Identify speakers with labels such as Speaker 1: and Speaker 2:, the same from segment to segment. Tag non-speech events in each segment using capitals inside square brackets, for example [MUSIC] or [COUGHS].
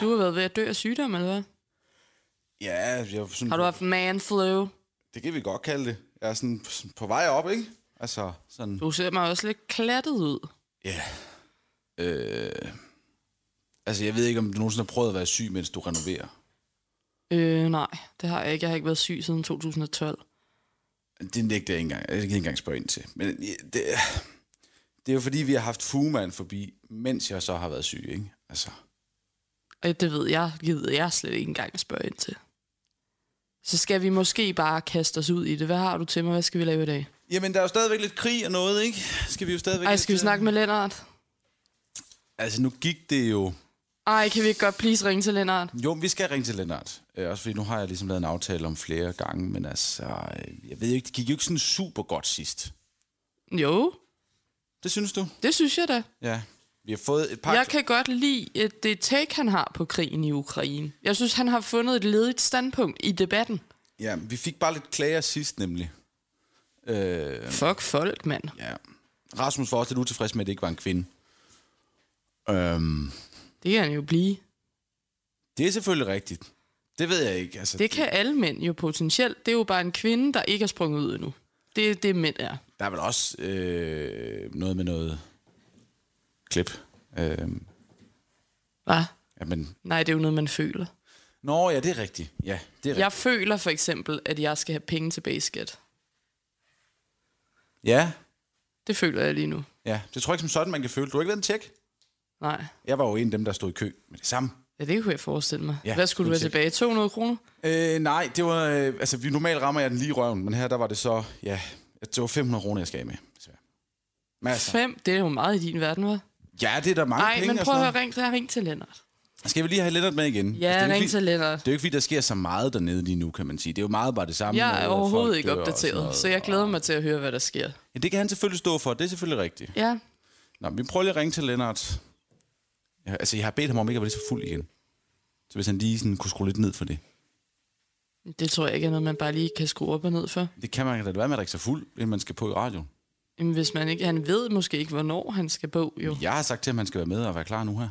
Speaker 1: Du har været ved at dø af sygdom, eller hvad?
Speaker 2: Ja, jeg, sådan,
Speaker 1: Har du haft man flu?
Speaker 2: det kan vi godt kalde det. Jeg er sådan, sådan på vej op, ikke? Altså, sådan...
Speaker 1: Du ser mig også lidt klattet ud.
Speaker 2: Ja. Øh, altså, jeg ved ikke, om du nogensinde har prøvet at være syg, mens du renoverer.
Speaker 1: Øh, nej, det har jeg ikke. Jeg har ikke været syg siden 2012.
Speaker 2: Det nægter jeg ikke engang. Jeg kan ikke engang spørge ind til. Men det, det er jo fordi, vi har haft fugemand forbi, mens jeg så har været syg, ikke? Altså,
Speaker 1: Og det ved jeg, gider jeg slet ikke engang at spørge ind til. Så skal vi måske bare kaste os ud i det. Hvad har du til mig? Hvad skal vi lave i dag?
Speaker 2: jamen, der er jo stadigvæk lidt krig og noget, ikke? Skal vi jo stadigvæk...
Speaker 1: Ej,
Speaker 2: lidt,
Speaker 1: skal vi
Speaker 2: øh,
Speaker 1: snakke med Lennart?
Speaker 2: Altså, nu gik det jo...
Speaker 1: Ej, kan vi ikke godt please ringe til Lennart?
Speaker 2: Jo, vi skal ringe til Lennart. Øh, også fordi nu har jeg ligesom lavet en aftale om flere gange, men altså, øh, jeg ved jo ikke, det gik jo ikke sådan super godt sidst.
Speaker 1: Jo,
Speaker 2: Det synes du?
Speaker 1: det synes jeg da.
Speaker 2: Ja. Vi har fået et par...
Speaker 1: Jeg kan godt lide at det take, han har på krigen i Ukraine. Jeg synes, han har fundet et ledigt standpunkt i debatten.
Speaker 2: Ja, vi fik bare lidt klager sidst, nemlig. Øh,
Speaker 1: Fuck folk, mand.
Speaker 2: ja. Rasmus var også lidt utilfreds med, at det ikke var en kvinde. Øhm,
Speaker 1: Det kan han jo blive.
Speaker 2: det er selvfølgelig rigtigt. Det ved jeg ikke. Altså,
Speaker 1: Det kan alle mænd jo potentielt. Det er jo bare en kvinde, der ikke er sprunget ud endnu. Det er det, mænd er.
Speaker 2: Der er vel også øh, noget med noget klip. Øh,
Speaker 1: Hva?
Speaker 2: ja, men...
Speaker 1: Nej, det er jo noget, man føler.
Speaker 2: Nå, ja, det er rigtigt. Ja, det er rigtigt.
Speaker 1: Jeg føler for eksempel, at jeg skal have penge tilbage i skat.
Speaker 2: Ja,
Speaker 1: Det føler jeg lige nu.
Speaker 2: ja. Det tror jeg ikke som sådan, man kan føle. Du har ikke lavet en tjek?
Speaker 1: Nej,
Speaker 2: Jeg var jo en af dem, der stod i kø med det samme.
Speaker 1: ja, det kunne jeg forestille mig.
Speaker 2: Ja,
Speaker 1: Ja, Hvad skulle du være
Speaker 2: politik.
Speaker 1: tilbage? 200 kroner?
Speaker 2: Øh, nej, det var... Øh, altså, vi, normalt rammer jeg den lige i røven, men her der var det så... Ja, det var 500 kroner, jeg skal af med. desværre. Men altså,
Speaker 1: Fem? Det er jo meget i din verden, hva'?
Speaker 2: ja, det er der mange
Speaker 1: Nej,
Speaker 2: penge
Speaker 1: men
Speaker 2: og
Speaker 1: prøv
Speaker 2: sådan
Speaker 1: at
Speaker 2: noget.
Speaker 1: høre, ring, ring til Lennart.
Speaker 2: Skal vi lige have Lennart med igen? Altså,
Speaker 1: Ja,
Speaker 2: det er jo
Speaker 1: ring
Speaker 2: ikke,
Speaker 1: til
Speaker 2: fordi-
Speaker 1: Lennart.
Speaker 2: Det er jo ikke, fordi der sker så meget dernede lige nu, kan man sige. Det er jo meget bare det samme. med,
Speaker 1: Jeg er
Speaker 2: at folk
Speaker 1: overhovedet ikke
Speaker 2: dør og sådan
Speaker 1: opdateret,
Speaker 2: noget,
Speaker 1: så jeg glæder mig til at høre, hvad der sker.
Speaker 2: og- Ja, det kan han selvfølgelig stå for. Det er selvfølgelig rigtigt.
Speaker 1: Ja,
Speaker 2: Nå, men vi prøver lige at ringe til Lennart. Ja, altså, jeg har bedt ham om ikke at være lige så fuld igen. Så hvis han lige sådan kunne skrue lidt ned for det.
Speaker 1: det tror jeg ikke er noget, man bare lige kan skrue op og ned for.
Speaker 2: Det kan man da være med at drikke sig fuld, inden man skal på i radioen.
Speaker 1: Jamen, hvis man ikke, han ved måske ikke, hvornår han skal på, jo.
Speaker 2: Jeg har sagt til ham, at han skal være med og være klar nu her.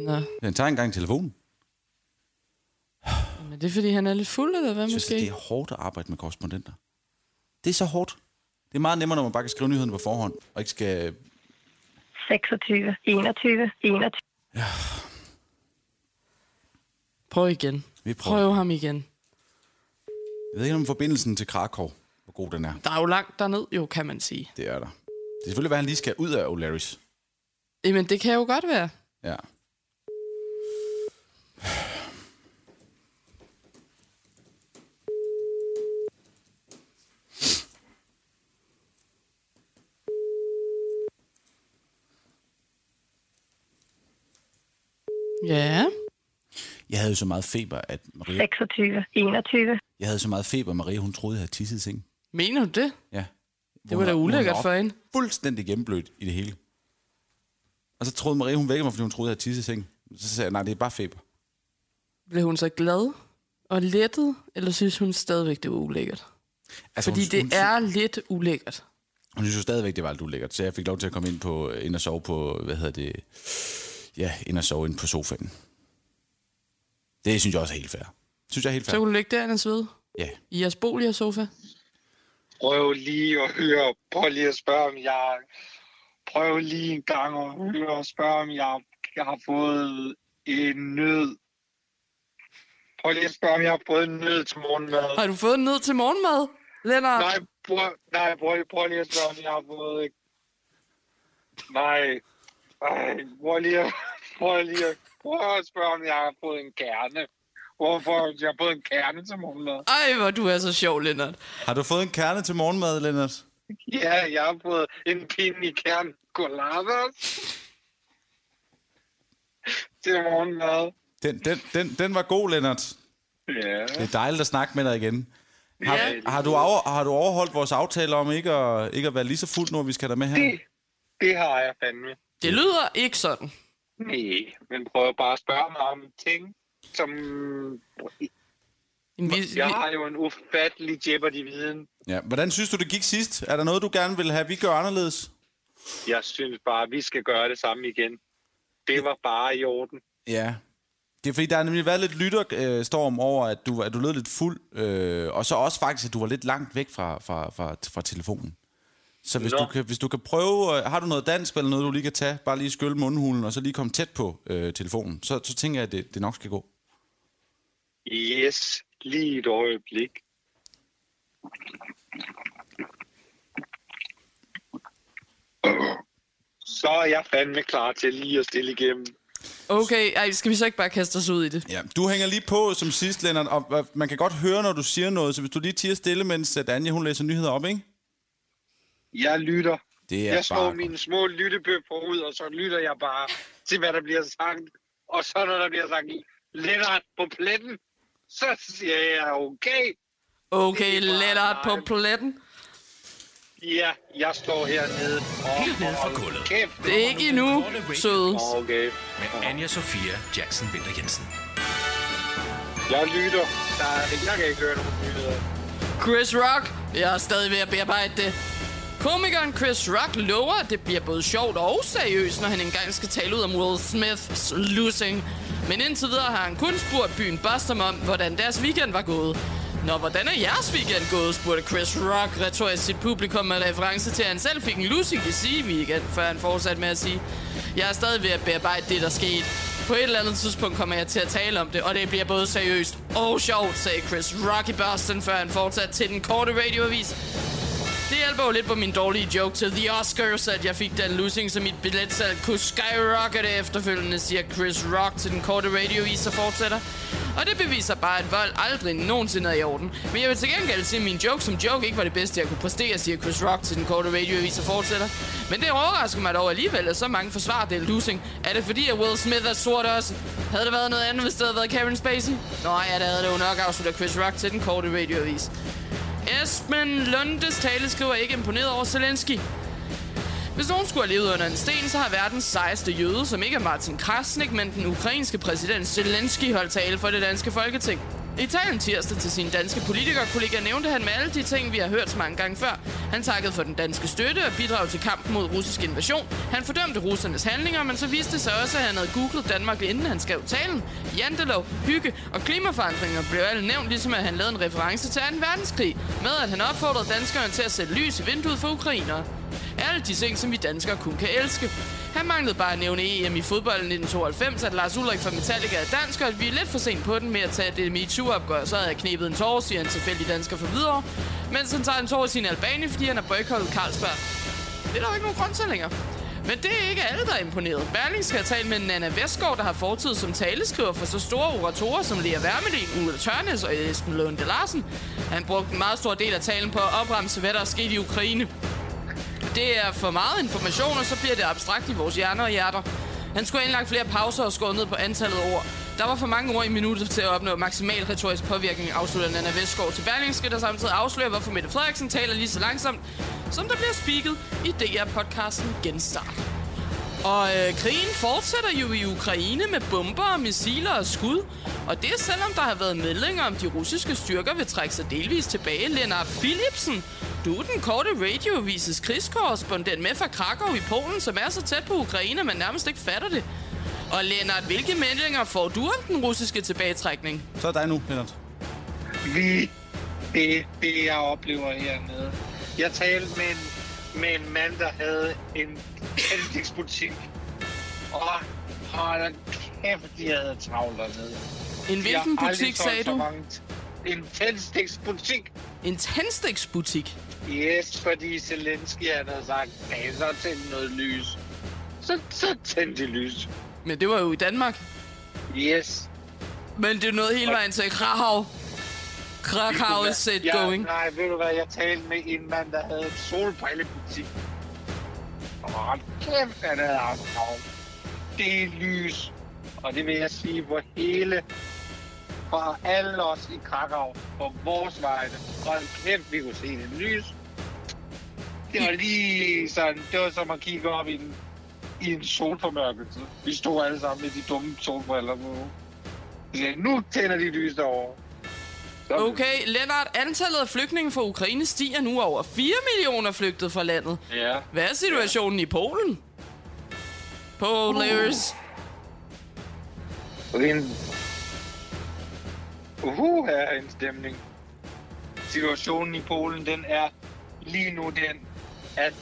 Speaker 1: Nå,
Speaker 2: Han tager engang telefonen.
Speaker 1: men det er, fordi han er lidt fuld, eller hvad
Speaker 2: Jeg synes,
Speaker 1: måske?
Speaker 2: det er hårdt at arbejde med korrespondenter. Det er så hårdt. Det er meget nemmere, når man bare kan skrive nyheden på forhånd, og ikke skal...
Speaker 3: 26, 21, 21.
Speaker 1: Prøv igen.
Speaker 2: Vi prøver.
Speaker 1: Prøv ham igen.
Speaker 2: Jeg ved ikke, om forbindelsen til Krakow, hvor god den er.
Speaker 1: Der er jo langt derned, jo, kan man sige.
Speaker 2: Det er der. Det er selvfølgelig, hvad han lige skal ud af O'Larry's.
Speaker 1: Jamen, det kan jo godt være.
Speaker 2: Ja.
Speaker 1: Ja.
Speaker 2: Jeg havde jo så meget feber, at Maria,
Speaker 3: 26, 21.
Speaker 2: jeg havde så meget feber, at Maria hun troede, jeg havde tisset i sengen.
Speaker 1: Mener du det?
Speaker 2: Ja.
Speaker 1: Det var da ulækkert for hende.
Speaker 2: Fuldstændig gennemblødt i det hele. Og så troede Maria, hun vækkede mig, fordi hun troede, jeg havde tisset i sengen. Så sagde jeg, nej, det er bare feber.
Speaker 1: Blev hun så glad og lettet, eller synes hun stadigvæk, det var ulækkert?
Speaker 2: Altså,
Speaker 1: Fordi
Speaker 2: hun,
Speaker 1: det
Speaker 2: hun,
Speaker 1: er lidt ulækkert.
Speaker 2: Hun synes jo stadigvæk, det var lidt ulækkert, så jeg fik lov til at komme ind, på, øh, ind og sove på, hvad hedder det, ja, ind og sove ind på sofaen. Det synes jeg også er helt fair. Synes jeg er helt fair.
Speaker 1: Så kunne du ligge derinde og svede
Speaker 2: Ja.
Speaker 1: i jeres bolig og sofa.
Speaker 4: prøv lige at høre, prøv lige at spørge, om jeg... Prøv lige en gang at høre og spørge, om jeg, jeg har fået en nød. Prøv lige at spørge, om jeg har fået en nød til morgenmad.
Speaker 1: Har du fået ned til morgenmad, Lennart?
Speaker 4: Nej, prøv, nej, prøv, prøv lige at spørge, om jeg har fået... Nej, Ej, prøv lige at, prøv lige at, prøv at spørge, om jeg har fået en kerne. Hvorfor jeg har fået en kerne til morgenmad?
Speaker 1: Ej, hvor du er så sjov, Lennart.
Speaker 2: Har du fået en kerne til morgenmad, Lennart?
Speaker 4: Ja, jeg har fået en pinde i kern coladas til morgenmad.
Speaker 2: Den, den, den, den var god, Lennart.
Speaker 4: Ja.
Speaker 2: Det er dejligt at snakke med dig igen. Har,
Speaker 1: Ja.
Speaker 2: har, du, over, har du overholdt vores aftale om ikke at, ikke at være lige så fuld, når vi skal der med her?
Speaker 4: Det, det har jeg fandme.
Speaker 1: Det lyder ikke sådan.
Speaker 4: Nej, men prøv bare at spørge mig om ting, som...
Speaker 1: Jamen, Vi, vi,
Speaker 4: Jeg har jo en ufattelig Jeopardy-viden.
Speaker 2: Ja. Hvordan synes du, det gik sidst? Er der noget, du gerne vil have, vi gør anderledes?
Speaker 4: Jeg synes bare, at vi skal gøre det samme igen. Det var bare i orden.
Speaker 2: Ja. Det er fordi, der har nemlig været lidt lytterstorm over, at du, at du lød lidt fuld, øh, og så også faktisk, at du var lidt langt væk fra, fra, fra, fra telefonen. Så hvis
Speaker 4: Nå.
Speaker 2: du, kan, hvis du kan prøve, øh, har du noget dansk eller noget, du lige kan tage, bare lige skylle mundhulen, og så lige komme tæt på øh, telefonen, så, så tænker jeg, at det, det nok skal gå.
Speaker 4: Yes, lige et øjeblik. Så er jeg fandme klar til lige at stille igennem.
Speaker 1: Okay, ej, skal vi så ikke bare kaste os ud i det?
Speaker 2: Ja, du hænger lige på som sidst, Lennart, og og man kan godt høre, når du siger noget, så hvis du lige tiger stille, mens at Anja, hun læser nyheder op, ikke?
Speaker 4: Jeg lytter.
Speaker 2: Det er
Speaker 4: jeg slår
Speaker 2: bare
Speaker 4: mine små lyttebøffer ud, og så lytter jeg bare til, hvad der bliver sagt. Og så når der bliver sagt, Lennart på pletten, så siger jeg, okay,
Speaker 1: Okay,
Speaker 4: Det er bare
Speaker 1: Lennart på
Speaker 4: mig.
Speaker 1: pletten.
Speaker 4: ja, jeg står hernede. Og,
Speaker 5: Helt nede fra
Speaker 4: hold
Speaker 5: gulvet.
Speaker 4: Kæft,
Speaker 1: Det er ikke endnu, søde.
Speaker 4: Okay,
Speaker 5: med Anja Sofia Jackson Vinter Jensen.
Speaker 4: jeg lytter. Der, jeg kan ikke høre nogen nyheder.
Speaker 1: Chris Rock. Jeg er stadig ved at bearbejde det. Komikeren Chris Rock lover, at det bliver både sjovt og seriøst, når han engang skal tale ud om Will Smiths losing. Men indtil videre har han kun spurgt byen Boston om, hvordan deres weekend var gået. Nå, hvordan er jeres weekend gået, spurgte Chris Rock retorisk sit publikum med reference til, at han selv fik en losing i sige weekend, før han fortsatte med at sige, jeg er stadig ved at bearbejde det, der skete. På et eller andet tidspunkt kommer jeg til at tale om det, og det bliver både seriøst og sjovt, sagde Chris Rocky Boston, før han fortsatte til den korte radioavis. Det hjælper jo lidt på min dårlige joke til The Oscars, at jeg fik den losing, så mit billetsalg kunne skyrockete efterfølgende, siger Chris Rock til den korte radiovis og fortsætter. Og det beviser bare, at vold aldrig nogensinde er i orden. Men jeg vil til gengæld sige, at min joke som joke ikke var det bedste, jeg kunne præstere, siger Chris Rock til den korte radioavis og fortsætter. Men det overrasker mig dog alligevel, at så mange forsvarer det losing. Er det fordi, at Will Smith er sort også? Havde det været noget andet, hvis det havde været Kevin Spacey? Nej, ja, det havde det jo nok, afslutter Chris Rock til den korte radioavis. Esben Lundes tale skriver ikke imponeret over Zelensky. Hvis nogen skulle have levet under en sten, så har verdens sejeste jøde, som ikke er Martin Krasnik, men den ukrainske præsident Zelensky, holdt tale for det danske folketing. I talen tirsdag til sine danske politikerkolleger nævnte han med alle de ting, vi har hørt så mange gange før. Han takkede for den danske støtte og bidrag til kampen mod russisk invasion. Han fordømte russernes handlinger, men så viste det sig også, at han havde googlet Danmark, inden han skrev talen. Jantelov, hygge og klimaforandringer blev alle nævnt, ligesom at han lavede en reference til 2. verdenskrig, med at han opfordrede danskerne til at sætte lys i vinduet for ukrainere. Alle de ting, som vi danskere kun kan elske. Han manglede bare at nævne EM i fodbold i 1992, at Lars Ulrik fra Metallica er dansk, og at vi er lidt for sent på den med at tage det MeToo-opgør. Så havde jeg knebet en tårer, siger en tilfældig dansker fra Hvidovre, mens han tager en tårer i sin Albanie, fordi han har boykottet Carlsberg. Det er der jo ikke nogen grund til længere. Men det er ikke alle, der er imponeret. Berlingske har talt med Nana Vestgaard, der har fortid som taleskriver for så store oratorer som Lea Wermelin, Ulla Tørnes og Esben Lunde Larsen. Han brugte en meget stor del af talen på at opremse, hvad der er sket i Ukraine. Det er for meget information, og så bliver det abstrakt i vores hjerner og hjerter. Han skulle have indlagt flere pauser og skåret ned på antallet af ord. Der var for mange ord i minuttet til at opnå maksimal retorisk påvirkning, afslutter Nana Vestgaard til Berlingske, der samtidig afslører, hvorfor Mette Frederiksen taler lige så langsomt, som der bliver spiket i DR-podcasten Genstart. Og øh, krigen fortsætter jo i Ukraine med bomber og missiler og skud. Og det er selvom der har været meldinger om, de russiske styrker vil trække sig delvist tilbage. Lennart Philipsen, du er den korte radioavises krigskorrespondent med fra Krakow i Polen, som er så tæt på Ukraine, at man nærmest ikke fatter det. Og Lennart, hvilke meldinger får du om den russiske tilbagetrækning?
Speaker 2: Så er dig nu, Lennart.
Speaker 4: vi, det, det jeg oplever hernede. Jeg talte med en, med en mand, der havde en kældingsbutik. Og hold da kæft, de havde travlt dernede.
Speaker 1: En
Speaker 4: De har
Speaker 1: hvilken
Speaker 4: aldrig
Speaker 1: butik,
Speaker 4: solgt
Speaker 1: sagde
Speaker 4: så
Speaker 1: du?
Speaker 4: mange t- En tændstiksbutik.
Speaker 1: En tændstiksbutik.
Speaker 4: Yes, fordi Zelensky han havde sagt, at så tænd noget lys. Så, så tændte de lys.
Speaker 1: Men det var jo i Danmark.
Speaker 4: Yes.
Speaker 1: Men det er noget hele vejen til Krakow. Krakow is set
Speaker 4: jeg,
Speaker 1: going.
Speaker 4: Nej, ved du hvad, jeg talte med en mand, der havde en solbrillebutik. Og kæft, han havde haft travlt. Det er lys. Og det vil jeg sige, hvor hele fra alle os i Krakow, på vores vegne. Og kæft, vi kunne se det lys. Det var lige sådan, det var som at kigge op i en, i en solformørkelse. Vi stod alle sammen med de dumme solbriller på. Så nu tænder de lys derovre.
Speaker 1: Okay, Lennart, antallet af flygtninge fra Ukraine stiger nu over 4 millioner flygtet fra landet.
Speaker 4: Ja.
Speaker 1: Hvad er situationen i Polen? Polers.
Speaker 4: En... Uh, er en stemning. Situationen i Polen, den er lige nu den, at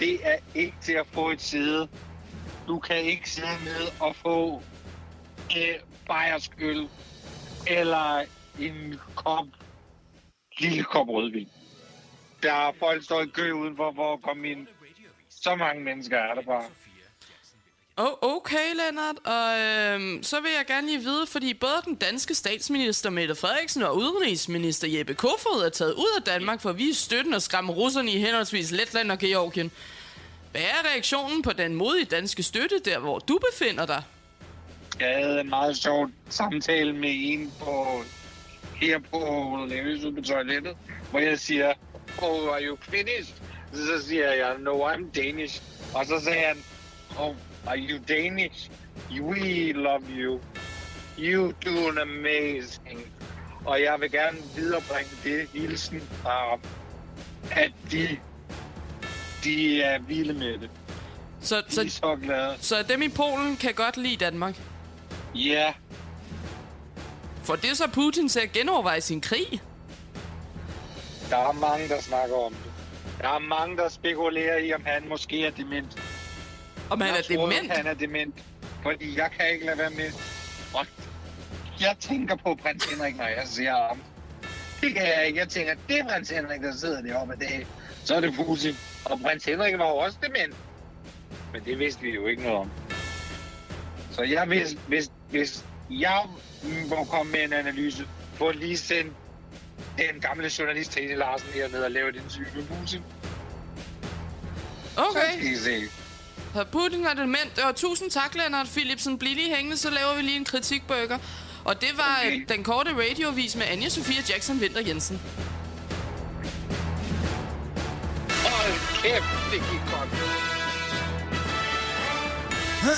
Speaker 4: det er ikke til at få et sæde. Du kan ikke sidde med og få øh, bajerskyld eller en kop, lille kop rødvin. Der er folk, der står i kø udenfor for at komme ind. Så mange mennesker er der bare.
Speaker 1: Oh, okay, Lennart. Og øhm, så vil jeg gerne lige vide, fordi både den danske statsminister Mette Frederiksen og udenrigsminister Jeppe Kofod er taget ud af Danmark for at vise støtten og skræmme russerne i henholdsvis Letland og Georgien. Hvad er reaktionen på den modige danske støtte, der hvor du befinder dig?
Speaker 4: Jeg havde en meget sjov samtale med en på, her på Lavis ude på toilettet, hvor jeg siger, oh, are you Finnish? Så siger jeg, no, I'm Danish. Og så sagde han, oh, are you Danish? We love you. You do an amazing. Og jeg vil gerne viderebringe det hilsen fra, at de, de er vilde med det.
Speaker 1: Så,
Speaker 4: De er
Speaker 1: så,
Speaker 4: så glade.
Speaker 1: så dem i Polen kan godt lide Danmark.
Speaker 4: Ja. Yeah.
Speaker 1: For det er så Putin til at genoverveje sin krig.
Speaker 4: Der er mange, der snakker om det. Der er mange, der spekulerer i, om han måske er dement.
Speaker 1: Om han
Speaker 4: jeg
Speaker 1: er
Speaker 4: tror,
Speaker 1: dement.
Speaker 4: han er dement, fordi jeg kan ikke lade være med. Og jeg tænker på prins Henrik, når jeg ser ham. Det kan jeg ikke. Jeg tænker, det er prins Henrik, der sidder deroppe i dag. Så er det Putin. Og prins Henrik var jo også dement. Men det vidste vi jo ikke noget om. Så jeg, hvis, hvis, hvis jeg må komme med en analyse, få lige sendt den gamle journalist Tine Larsen hernede og lave den syge med Putin. Så
Speaker 1: Okay.
Speaker 4: skal I se.
Speaker 1: Så Putin er dement. Og tusind tak, Lennart Philipsen. Bliv lige hængende, så laver vi lige en kritikbøger. Og det var
Speaker 4: Okay.
Speaker 1: okay. den korte radiovis med Anja Sofia Jackson Vinter Jensen.
Speaker 4: Hold kæft, det gik godt.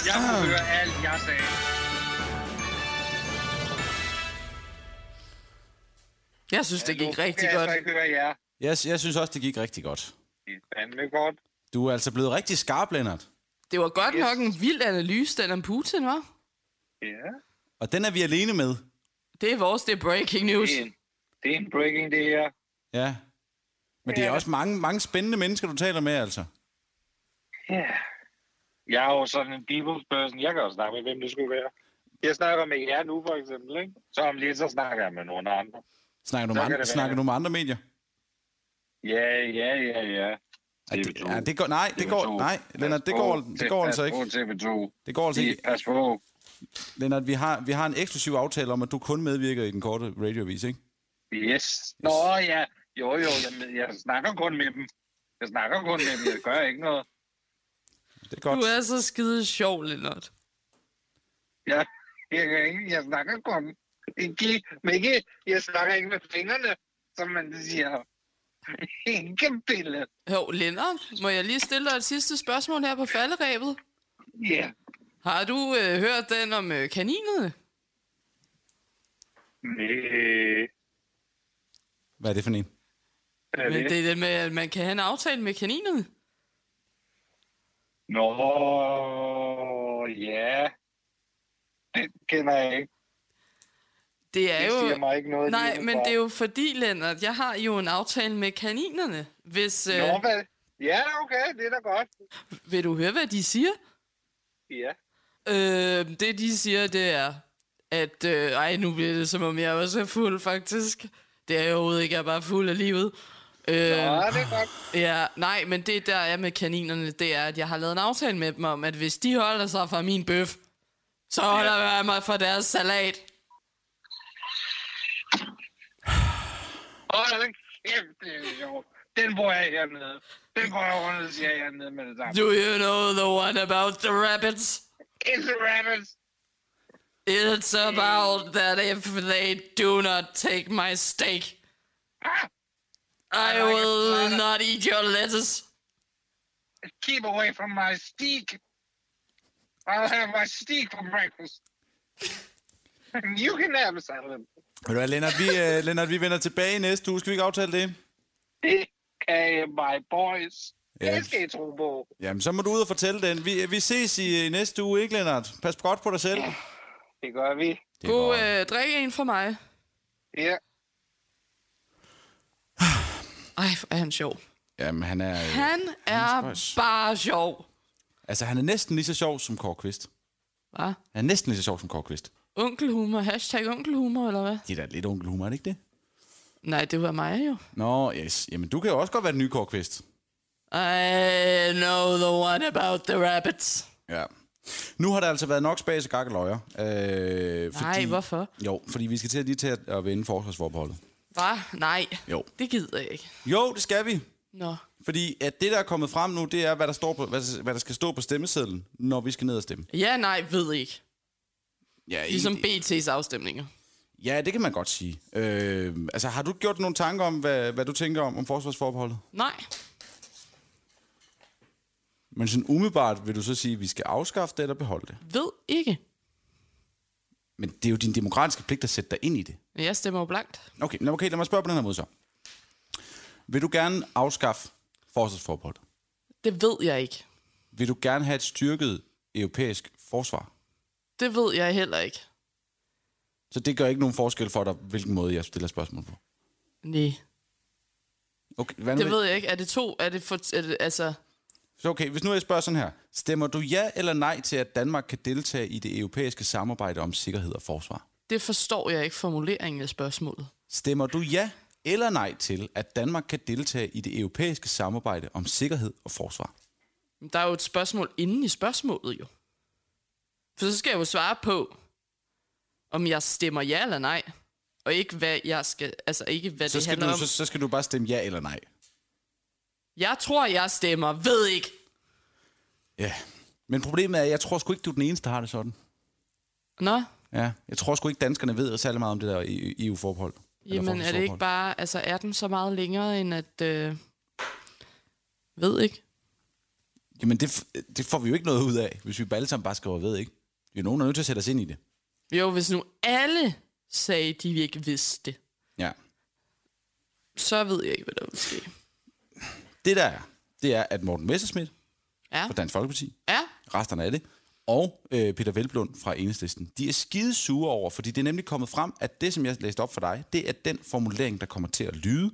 Speaker 4: Jeg kunne høre [LAUGHS] alt, jeg sagde.
Speaker 1: Jeg synes, det gik rigtig
Speaker 4: jeg
Speaker 1: godt.
Speaker 4: Jeg ikke høre jer.
Speaker 2: Jeg, jeg synes også, det gik rigtig godt.
Speaker 4: Det er fandme godt.
Speaker 2: Du er altså blevet rigtig skarp, Lennart.
Speaker 1: Det var godt
Speaker 4: Yes.
Speaker 1: nok en vild analyse, den om Putin, var.
Speaker 4: Ja.
Speaker 2: Og den er vi alene med.
Speaker 1: Det er vores, det er breaking news.
Speaker 4: Det er en, det er en breaking, det her.
Speaker 2: Ja. Men det er også mange, mange spændende mennesker, du taler med, altså.
Speaker 4: Ja. Jeg er jo sådan en people's person. Jeg kan jo snakke med, hvem det skulle være. Jeg snakker med jer nu, for eksempel, ikke? Så om lidt, så snakker jeg med nogle andre.
Speaker 2: Snakker du,
Speaker 4: Så
Speaker 2: med
Speaker 4: kan
Speaker 2: andre,
Speaker 4: det være.
Speaker 2: snakker du med andre medier?
Speaker 4: Ja, ja, ja, ja.
Speaker 2: Ja, det, ja, det går, nej, det går, nej, Lennart, det
Speaker 4: Pas på.
Speaker 2: går, det går altså ikke.
Speaker 4: Pas på TV2.
Speaker 2: Det går altså ikke.
Speaker 4: Pas på.
Speaker 2: Lennart, vi har, vi har en eksklusiv aftale om, at du kun medvirker i den korte radiovis, ikke?
Speaker 4: Yes. Nå ja, jo jo, jeg, jeg snakker kun med dem. Jeg snakker kun med dem, jeg gør ikke noget.
Speaker 2: Det er
Speaker 1: Du
Speaker 2: godt.
Speaker 1: er så skide sjov, Lennart.
Speaker 4: Jeg, jeg, gør ikke, jeg snakker kun. Ikke, men ikke, jeg snakker ikke med fingrene, som man siger. Ikke billede.
Speaker 1: Jo, Lennart, må jeg lige stille dig et sidste spørgsmål her på falderæbet?
Speaker 4: Ja.
Speaker 1: Har du øh, hørt den om øh, kaninerne?
Speaker 4: Næh.
Speaker 2: Hvad er det for en?
Speaker 4: Hvad er
Speaker 1: Men
Speaker 4: det?
Speaker 1: det er det med, at man kan have en aftale med kaninerne.
Speaker 4: Nå, ja. Det kender jeg ikke.
Speaker 1: Det er
Speaker 4: Det
Speaker 1: jo...
Speaker 4: siger mig ikke noget.
Speaker 1: Nej,
Speaker 4: lige
Speaker 1: men
Speaker 4: umiddelbart.
Speaker 1: det er jo fordi, Lennart, jeg har jo en aftale med kaninerne. Hvis, øh,
Speaker 4: Nå, hvad? Ja, okay, det er da godt.
Speaker 1: vil du høre, hvad de siger?
Speaker 4: Ja.
Speaker 1: Øh, det, de siger, det er, at... Øh, ej, nu bliver det, som om jeg også er fuld, faktisk. Det er jeg overhovedet ikke, jeg er bare fuld af livet. Øh,
Speaker 4: Nå, det er godt.
Speaker 1: ja, nej, men det, der er med kaninerne, det er, at jeg har lavet en aftale med dem om, at hvis de holder sig fra min bøf, så holder jeg mig fra deres salat.
Speaker 4: Åh, den kæft, det er sjovt. Den bruger jeg hernede. Den går jeg rundt og siger hernede med det samme.
Speaker 1: Do you know the one about the rabbits?
Speaker 4: It's a rabbit.
Speaker 1: It's about that if they do not take my steak,
Speaker 4: Ah,
Speaker 1: I
Speaker 4: like it. I
Speaker 1: will
Speaker 4: like-
Speaker 1: not eat your lettuce.
Speaker 4: keep away from my steak. I'll have my steak for breakfast. And you can have a salad.
Speaker 2: Ved du hvad, Lennart, vi, øh, Lennart, vi vender tilbage i næste uge. Skal vi ikke aftale det?
Speaker 4: Det kan I, my boys.
Speaker 2: Ja.
Speaker 4: Det skal I tro på.
Speaker 2: Jamen, så må du ud og fortælle den. Vi, vi ses i, i næste uge, ikke, Lennart? Pas godt på dig selv.
Speaker 4: Det gør vi.
Speaker 2: Det
Speaker 1: Du
Speaker 2: var-
Speaker 1: øh, drikke en fra mig.
Speaker 4: Ja.
Speaker 1: Ej, hvor er han sjov.
Speaker 2: Jamen, han er... øh,
Speaker 1: Han er bare sjov.
Speaker 2: Altså, han er næsten lige så sjov som Kåre Kvist.
Speaker 1: Hva?
Speaker 2: Han er næsten lige så sjov som Kåre Kvist.
Speaker 1: Onkelhumor. Hashtag onkelhumor, eller hvad?
Speaker 2: Det er da lidt onkel humor, er det ikke det?
Speaker 1: Nej, det var mig jo.
Speaker 2: Nå, yes. Jamen, du kan jo også godt være den nye Kåre Kvist.
Speaker 1: I know the one about the rabbits.
Speaker 2: Ja. Nu har der altså været nok spas og gakkeløjer. Øh,
Speaker 1: Nej, hvorfor?
Speaker 2: Jo, fordi vi skal til at lige til at, at vende forsvarsforbeholdet.
Speaker 1: Hva? Nej.
Speaker 2: Jo.
Speaker 1: Det gider jeg ikke.
Speaker 2: Jo, det skal vi.
Speaker 1: Nå.
Speaker 2: Fordi at det, der er kommet frem nu, det er, hvad der, står på, hvad, hvad der skal stå på stemmesedlen, når vi skal ned og stemme.
Speaker 1: Ja, nej, ved ikke.
Speaker 2: Ja,
Speaker 1: Ligesom
Speaker 2: egentlig-
Speaker 1: BT's afstemninger.
Speaker 2: Ja, det kan man godt sige. Øh, altså, har du gjort nogle tanker om, hvad, hvad du tænker om, om forsvarsforbeholdet?
Speaker 1: Nej.
Speaker 2: Men sådan umiddelbart vil du så sige, at vi skal afskaffe det eller beholde det.
Speaker 1: Ved ikke.
Speaker 2: Men det er jo din demokratiske pligt at sætte dig ind i det.
Speaker 1: Jeg stemmer jo blankt.
Speaker 2: Okay, nå, okay lad mig spørge på den her måde så. Vil du gerne afskaffe forsvarsforbeholdet?
Speaker 1: Det ved jeg ikke.
Speaker 2: Vil du gerne have et styrket europæisk forsvar?
Speaker 1: Det ved jeg heller ikke.
Speaker 2: Så det gør ikke nogen forskel for dig, hvilken måde jeg stiller spørgsmål på.
Speaker 1: Nej.
Speaker 2: Okay, hvad nu
Speaker 1: Det
Speaker 2: hvis-
Speaker 1: ved jeg ikke. Er det to? Er det for... Er det, altså...
Speaker 2: Så okay, hvis nu jeg spørger sådan her. Stemmer du ja eller nej til, at Danmark kan deltage i det europæiske samarbejde om sikkerhed og forsvar?
Speaker 1: Det forstår jeg ikke formuleringen af spørgsmålet.
Speaker 2: Stemmer du ja eller nej til, at Danmark kan deltage i det europæiske samarbejde om sikkerhed og forsvar?
Speaker 1: Men Der er jo et spørgsmål inden i spørgsmålet jo. For så skal jeg jo svare på, om jeg stemmer ja eller nej. Og ikke hvad jeg skal... Altså ikke hvad
Speaker 2: Så
Speaker 1: det
Speaker 2: skal,
Speaker 1: handler
Speaker 2: du,
Speaker 1: om.
Speaker 2: så, så skal du bare stemme ja eller nej.
Speaker 1: Jeg tror, jeg stemmer. Ved ikke.
Speaker 2: Ja. Men problemet er, at jeg tror sgu ikke, du er den eneste, der har det sådan.
Speaker 1: Nå,
Speaker 2: Ja. Jeg tror sgu ikke, danskerne ved særlig meget om det der E- EU-forhold.
Speaker 1: Jamen er det ikke bare, altså er den så meget længere end at, øh, ved ikke.
Speaker 2: Jamen, det, f- det får vi jo ikke noget ud af, hvis vi bare alle sammen bare skriver ved, ikke? Vi er nogen, der er nødt til at sætte os ind i det.
Speaker 1: Jo, hvis nu alle sagde, de ikke vidste det,
Speaker 2: Ja.
Speaker 1: så ved jeg ikke, hvad der vil ske.
Speaker 2: Det der er, det er, at Morten Messerschmidt
Speaker 1: Ja,
Speaker 2: fra Dansk Folkeparti,
Speaker 1: ja.
Speaker 2: resterne af det, og øh, Peter Velblund fra Enhedslisten, de er skide sure over, fordi det er nemlig kommet frem, at det, som jeg læste op for dig, det er den formulering, der kommer til at lyde,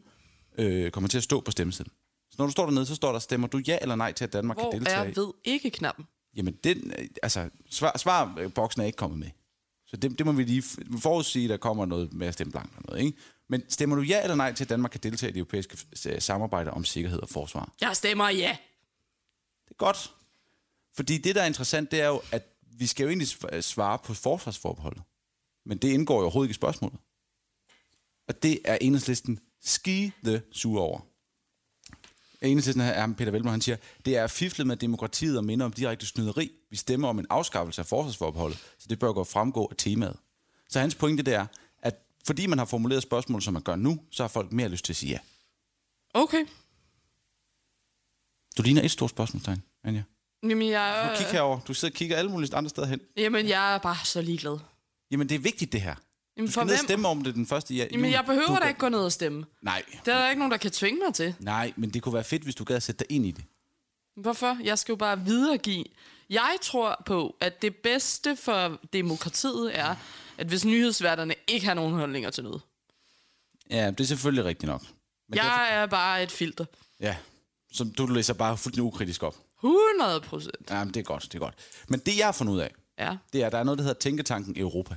Speaker 2: øh, kommer til at stå på stemmesedlen. Så når du står dernede, så står der, stemmer du ja eller nej til, at Danmark kan
Speaker 1: Hvor
Speaker 2: deltage?
Speaker 1: er ved ikke knappen?
Speaker 2: Jamen, den, øh, altså, svar, svarboksen er ikke kommet med. Så det, det må vi lige f- forudsige, der kommer noget med at stemme blankt eller noget, ikke? Men stemmer du ja eller nej til, at Danmark kan deltage i det europæiske øh, samarbejde om sikkerhed og forsvar?
Speaker 1: Jeg stemmer ja.
Speaker 2: Det er godt. Fordi det, der er interessant, det er jo, at vi skal jo egentlig sv- øh, svare på forsvarsforbeholdet. Men det indgår jo overhovedet ikke i spørgsmålet. Og det er enhedslisten skide sur over. Enhedslisten her er Peter Velmer, han siger, det er fiflet med demokratiet og minder om direkte snyderi. Vi stemmer om en afskaffelse af forsvarsforbeholdet, så det bør gå fremgå af temaet. Så hans pointe det er, at fordi man har formuleret spørgsmål, som man gør nu, så har folk mere lyst til at sige ja.
Speaker 1: Okay.
Speaker 2: Du ligner et stort spørgsmålstegn, Anja.
Speaker 1: Jamen jeg,
Speaker 2: Kig herover. Du sidder og kigger alle mulige andre steder hen.
Speaker 1: jamen, jeg er bare så ligeglad.
Speaker 2: Jamen, det er vigtigt, det her.
Speaker 1: Jamen,
Speaker 2: du
Speaker 1: for
Speaker 2: skal ned og
Speaker 1: hvem?
Speaker 2: stemme om det den første ja.
Speaker 1: Jamen
Speaker 2: juni.
Speaker 1: jeg behøver
Speaker 2: Du
Speaker 1: da
Speaker 2: kan-
Speaker 1: ikke gå ned og stemme.
Speaker 2: Nej.
Speaker 1: Der er der ikke nogen, der kan tvinge mig til.
Speaker 2: Nej, men det kunne være fedt, hvis du gad at sætte dig ind i det.
Speaker 1: Hvorfor? Jeg skal jo bare videregive. Jeg tror på, at det bedste for demokratiet er, at hvis nyhedsværterne ikke har nogen holdninger til noget.
Speaker 2: Ja, det er selvfølgelig rigtigt nok. Men
Speaker 1: jeg
Speaker 2: derfor-
Speaker 1: er bare et filter.
Speaker 2: Ja, så du læser bare fuldstændig ukritisk op.
Speaker 1: 100 procent.
Speaker 2: Jamen, det er godt, det er godt. Men det, jeg har fundet ud af,
Speaker 1: Ja.
Speaker 2: det er, at der er noget, der hedder Tænketanken Europa.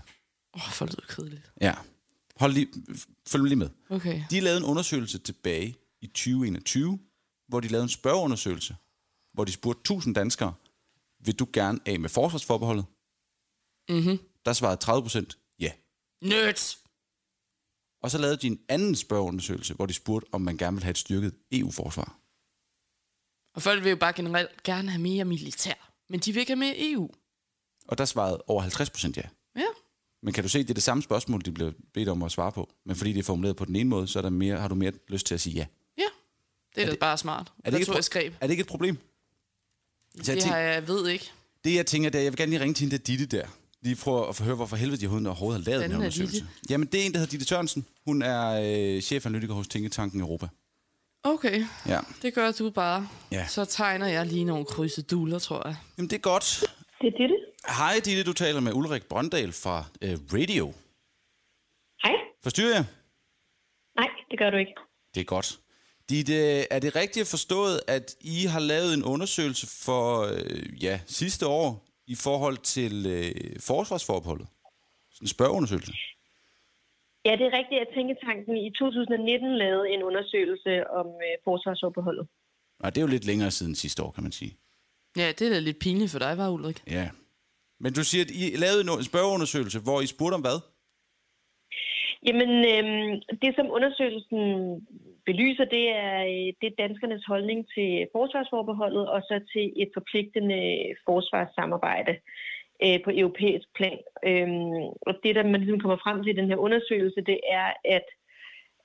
Speaker 1: Åh, oh, for det lyder kedeligt.
Speaker 2: Ja. Hold lige, følg lige med.
Speaker 1: Okay.
Speaker 2: De lavede en undersøgelse tilbage i 2021, hvor de lavede en spørgeundersøgelse, hvor de spurgte 1000 danskere, vil du gerne af med forsvarsforbeholdet? Mm-hmm.
Speaker 1: Mhm.
Speaker 2: Der svarede 30 procent ja.
Speaker 1: Nerds!
Speaker 2: Og så lavede de en anden spørgeundersøgelse, hvor de spurgte, om man gerne vil have et styrket E EU-forsvar.
Speaker 1: Og folk vil jo bare generelt gerne have mere militær. Men de vil ikke have mere E EU.
Speaker 2: Og der svarede over 50 procent ja.
Speaker 1: Ja.
Speaker 2: Men kan du se, det er det samme spørgsmål, de bliver bedt om at svare på. Men fordi det er formuleret på den ene måde, så er der mere, har du mere lyst til at sige ja.
Speaker 1: Ja. Det er, er
Speaker 2: Er
Speaker 1: det,
Speaker 2: det-
Speaker 1: da bare smart.
Speaker 2: Er det, ikke et,
Speaker 1: Retorisk
Speaker 2: pro-
Speaker 1: greb.
Speaker 2: er det ikke et problem? Så
Speaker 1: Det
Speaker 2: jeg tænker-
Speaker 1: har jeg ved ikke.
Speaker 2: Det jeg tænker, det er, jeg vil gerne lige ringe til hende der Ditte der. lige prøve at få høre, hvorfor helvede de overhovedet- overhovedet har lavet den
Speaker 1: Fanden
Speaker 2: her
Speaker 1: er Ditte?
Speaker 2: undersøgelse. Jamen, det er en, der hedder Ditte Tørensen. Hun er øh, chefanalytiker hos Tænketanken Europa.
Speaker 1: Okay,
Speaker 2: Ja.
Speaker 1: det gør du bare.
Speaker 2: Ja.
Speaker 1: Så tegner jeg lige nogle krydseduller, tror jeg.
Speaker 2: Jamen, det er godt.
Speaker 6: Det er Ditte.
Speaker 2: Hej, Ditte. Du taler med Ulrik Brøndal fra øh, Radio.
Speaker 6: Hej.
Speaker 2: Forstyrrer jeg?
Speaker 6: Nej, det gør du ikke.
Speaker 2: Det er godt. Ditte, er det rigtigt forstået, at I har lavet en undersøgelse for øh, ja, sidste år i forhold til øh, forsvarsforbeholdet? Sådan en spørgeundersøgelse.
Speaker 6: Ja, det er rigtigt, at Tænketanken i 2019 lavede en undersøgelse om øh, forsvarsoverbeholdet.
Speaker 2: Nej, det er jo lidt længere siden sidste år, kan man sige.
Speaker 1: Ja, det er da lidt pinligt for dig, var Ulrik?
Speaker 2: Ja. Men du siger, at I lavede en- en spørgeundersøgelse, hvor I spurgte om hvad?
Speaker 6: Jamen, øhm, det som undersøgelsen belyser, det er, øh, det er danskernes holdning til forsvarsforbeholdet og så til et forpligtende forsvarssamarbejde øh, på europæisk plan. Øhm, og det, der man ligesom kommer frem til i den her undersøgelse, det er, at,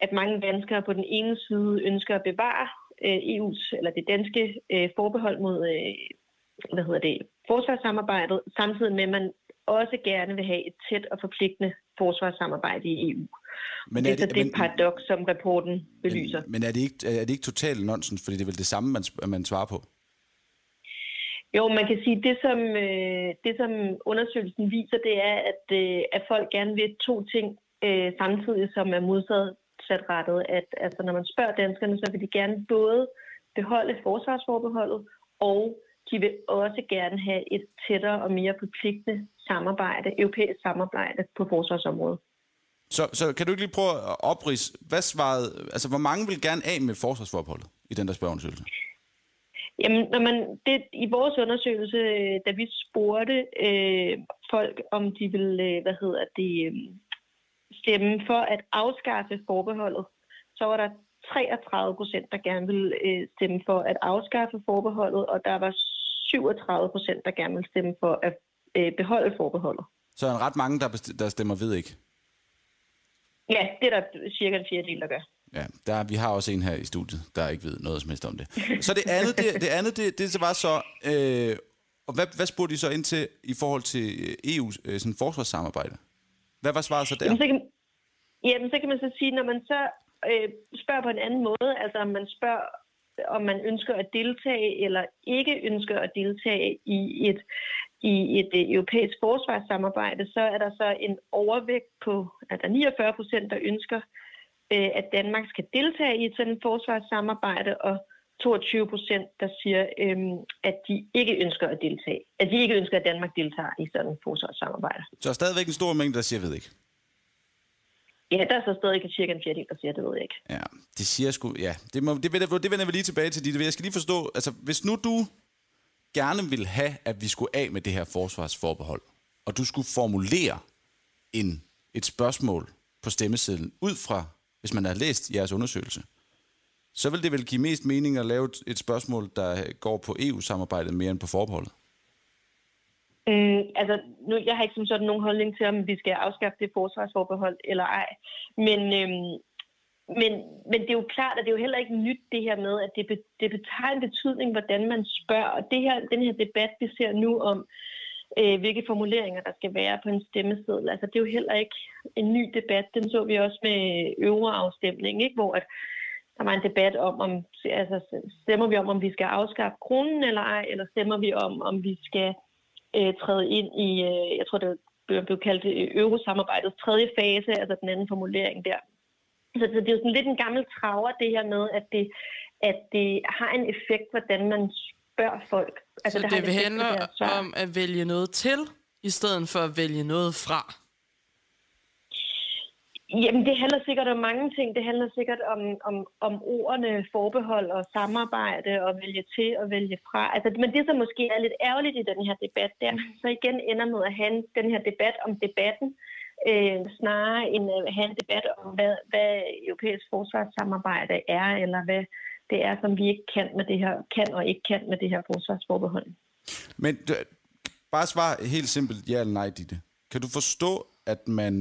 Speaker 6: at mange danskere på den ene side ønsker at bevare øh, EU's, eller det danske øh, forbehold mod, øh, hvad hedder det, forsvarssamarbejdet, samtidig med, at man også gerne vil have et tæt og forpligtende forsvarssamarbejde i E EU. Men er det, er så det
Speaker 2: men-
Speaker 6: paradoks, som rapporten belyser.
Speaker 2: Men, men er det ikke, er det ikke totalt nonsens, fordi det er vel det samme, man, sp- man svarer på?
Speaker 6: Jo, man kan sige, at det som, øh, det, som undersøgelsen viser, det er, at, øh, at folk gerne vil to ting øh, samtidig, som er modsatrettet. At, altså, når man spørger danskerne, så vil de gerne både beholde forsvarsforbeholdet, og de vil også gerne have et tættere og mere forpligtende samarbejde, europæisk samarbejde på forsvarsområdet.
Speaker 2: Så, så kan du ikke lige prøve at oprids, hvad svarede, altså hvor mange vil gerne af med forsvarsforbeholdet i den der spørgeundersøgelse?
Speaker 6: Jamen, når man, det, i vores undersøgelse, øh, da vi spurgte øh, folk, om de ville, øh, hvad hedder det, øh, stemme for at afskaffe forbeholdet, så var der 33 procent, der gerne ville øh, stemme for at afskaffe forbeholdet, og der var 37 procent, der gerne ville stemme for at øh, beholde forbeholdet.
Speaker 2: Så er der ret mange, der, besti- der stemmer ved ikke.
Speaker 6: Ja, det er der cirka en fjerdedel, der gør.
Speaker 2: Ja, der, vi har også en her i studiet, der ikke ved noget som helst om det. Så det andet, det, det, andet, det, det så var så, øh, og hvad, hvad spurgte I så ind til i forhold til øh, EU's øh, sådan forsvarssamarbejde? Hvad var svaret så der?
Speaker 6: Jamen, så kan, jamen, så kan man så sige, når man så øh, spørger på en anden måde, altså om man spørger, om man ønsker at deltage eller ikke ønsker at deltage i et, i et øh, europæisk forsvarssamarbejde, så er der så en overvægt på, at der er 49 procent, der ønsker, øh, at Danmark skal deltage i et sådan et forsvarssamarbejde, og 22 procent, der siger, øhm, at de ikke ønsker at deltage. At de ikke ønsker, at Danmark deltager i sådan et forsvarssamarbejde.
Speaker 2: Så er stadigvæk en stor mængde, der siger ved ikke.
Speaker 6: Ja, der er så stadig cirka en fjerdedel, der siger, det ved jeg ikke.
Speaker 2: Ja, det siger sgu... Ja, det, må, det, vender, det vender vi lige tilbage til, Ditte. Jeg skal lige forstå, altså hvis nu du gerne ville have, at vi skulle af med det her forsvarsforbehold, og du skulle formulere en, et spørgsmål på stemmesedlen ud fra, hvis man har læst jeres undersøgelse, så vil det vel give mest mening at lave et, et spørgsmål, der går på EU-samarbejdet mere end på forbeholdet.
Speaker 6: Mm, altså, nu, jeg har ikke som sådan nogen holdning til, om vi skal afskaffe det forsvarsforbehold eller ej. Men, øhm, men, men det er jo klart, at det er jo heller ikke nyt det her med, at det, be, det betager en betydning, hvordan man spørger. Og det her, den her debat, vi ser nu om, øh, hvilke formuleringer der skal være på en stemmeseddel, altså det er jo heller ikke en ny debat. Den så vi også med euroafstemningen, ikke? hvor at der var en debat om, om altså, stemmer vi om, om vi skal afskaffe kronen eller ej, eller stemmer vi om, om vi skal øh, træde ind i, øh, jeg tror, det blev, blev kaldt øh, eurosamarbejdets tredje fase, altså den anden formulering der. Så, så det er jo sådan lidt en gammel traver, det her med, at det, at det har en effekt, hvordan man spørger folk.
Speaker 1: Altså, så
Speaker 6: har en
Speaker 1: det, det
Speaker 6: effekt på
Speaker 1: handler
Speaker 6: deres svar.
Speaker 1: om at vælge noget til, i stedet for at vælge noget fra.
Speaker 6: Jamen, det handler sikkert om mange ting. Det handler sikkert om, om, om ordene, forbehold og samarbejde og vælge til og vælge fra. Altså, men det, som måske er lidt ærgerligt i den her debat, det er, at man [LAUGHS] så igen ender med at have en- den her debat om debatten, øh, snarere end at have en debat om, hvad, hvad europæisk forsvarssamarbejde er, eller hvad det er, som vi ikke kan, med det her, kan og ikke kan med det her forsvarsforbehold.
Speaker 2: Men du, bare svar helt simpelt ja eller nej, Ditte. Kan du forstå, at man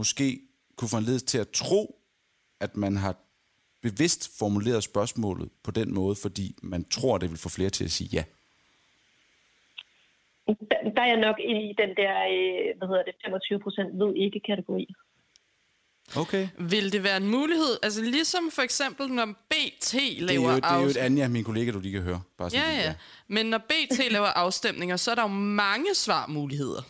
Speaker 2: måske kunne få en ledelse til at tro, at man har bevidst formuleret spørgsmålet på den måde, fordi man tror, det vil få flere til at sige ja?
Speaker 6: Hva- der er jeg nok i den der, øh, hvad hedder det, 25 procent ved ikke kategori.
Speaker 2: Okay.
Speaker 1: Vil det være en mulighed? Altså ligesom for eksempel, når BT
Speaker 2: Det er, jo,
Speaker 1: laver
Speaker 2: det er jo et
Speaker 1: afstemninger.
Speaker 2: Anja, min kollega, du lige kan høre. Bare sådan,
Speaker 1: Ja, ja. Men når
Speaker 2: [LAUGHS]
Speaker 1: BT laver afstemninger, så er der jo mange svarmuligheder.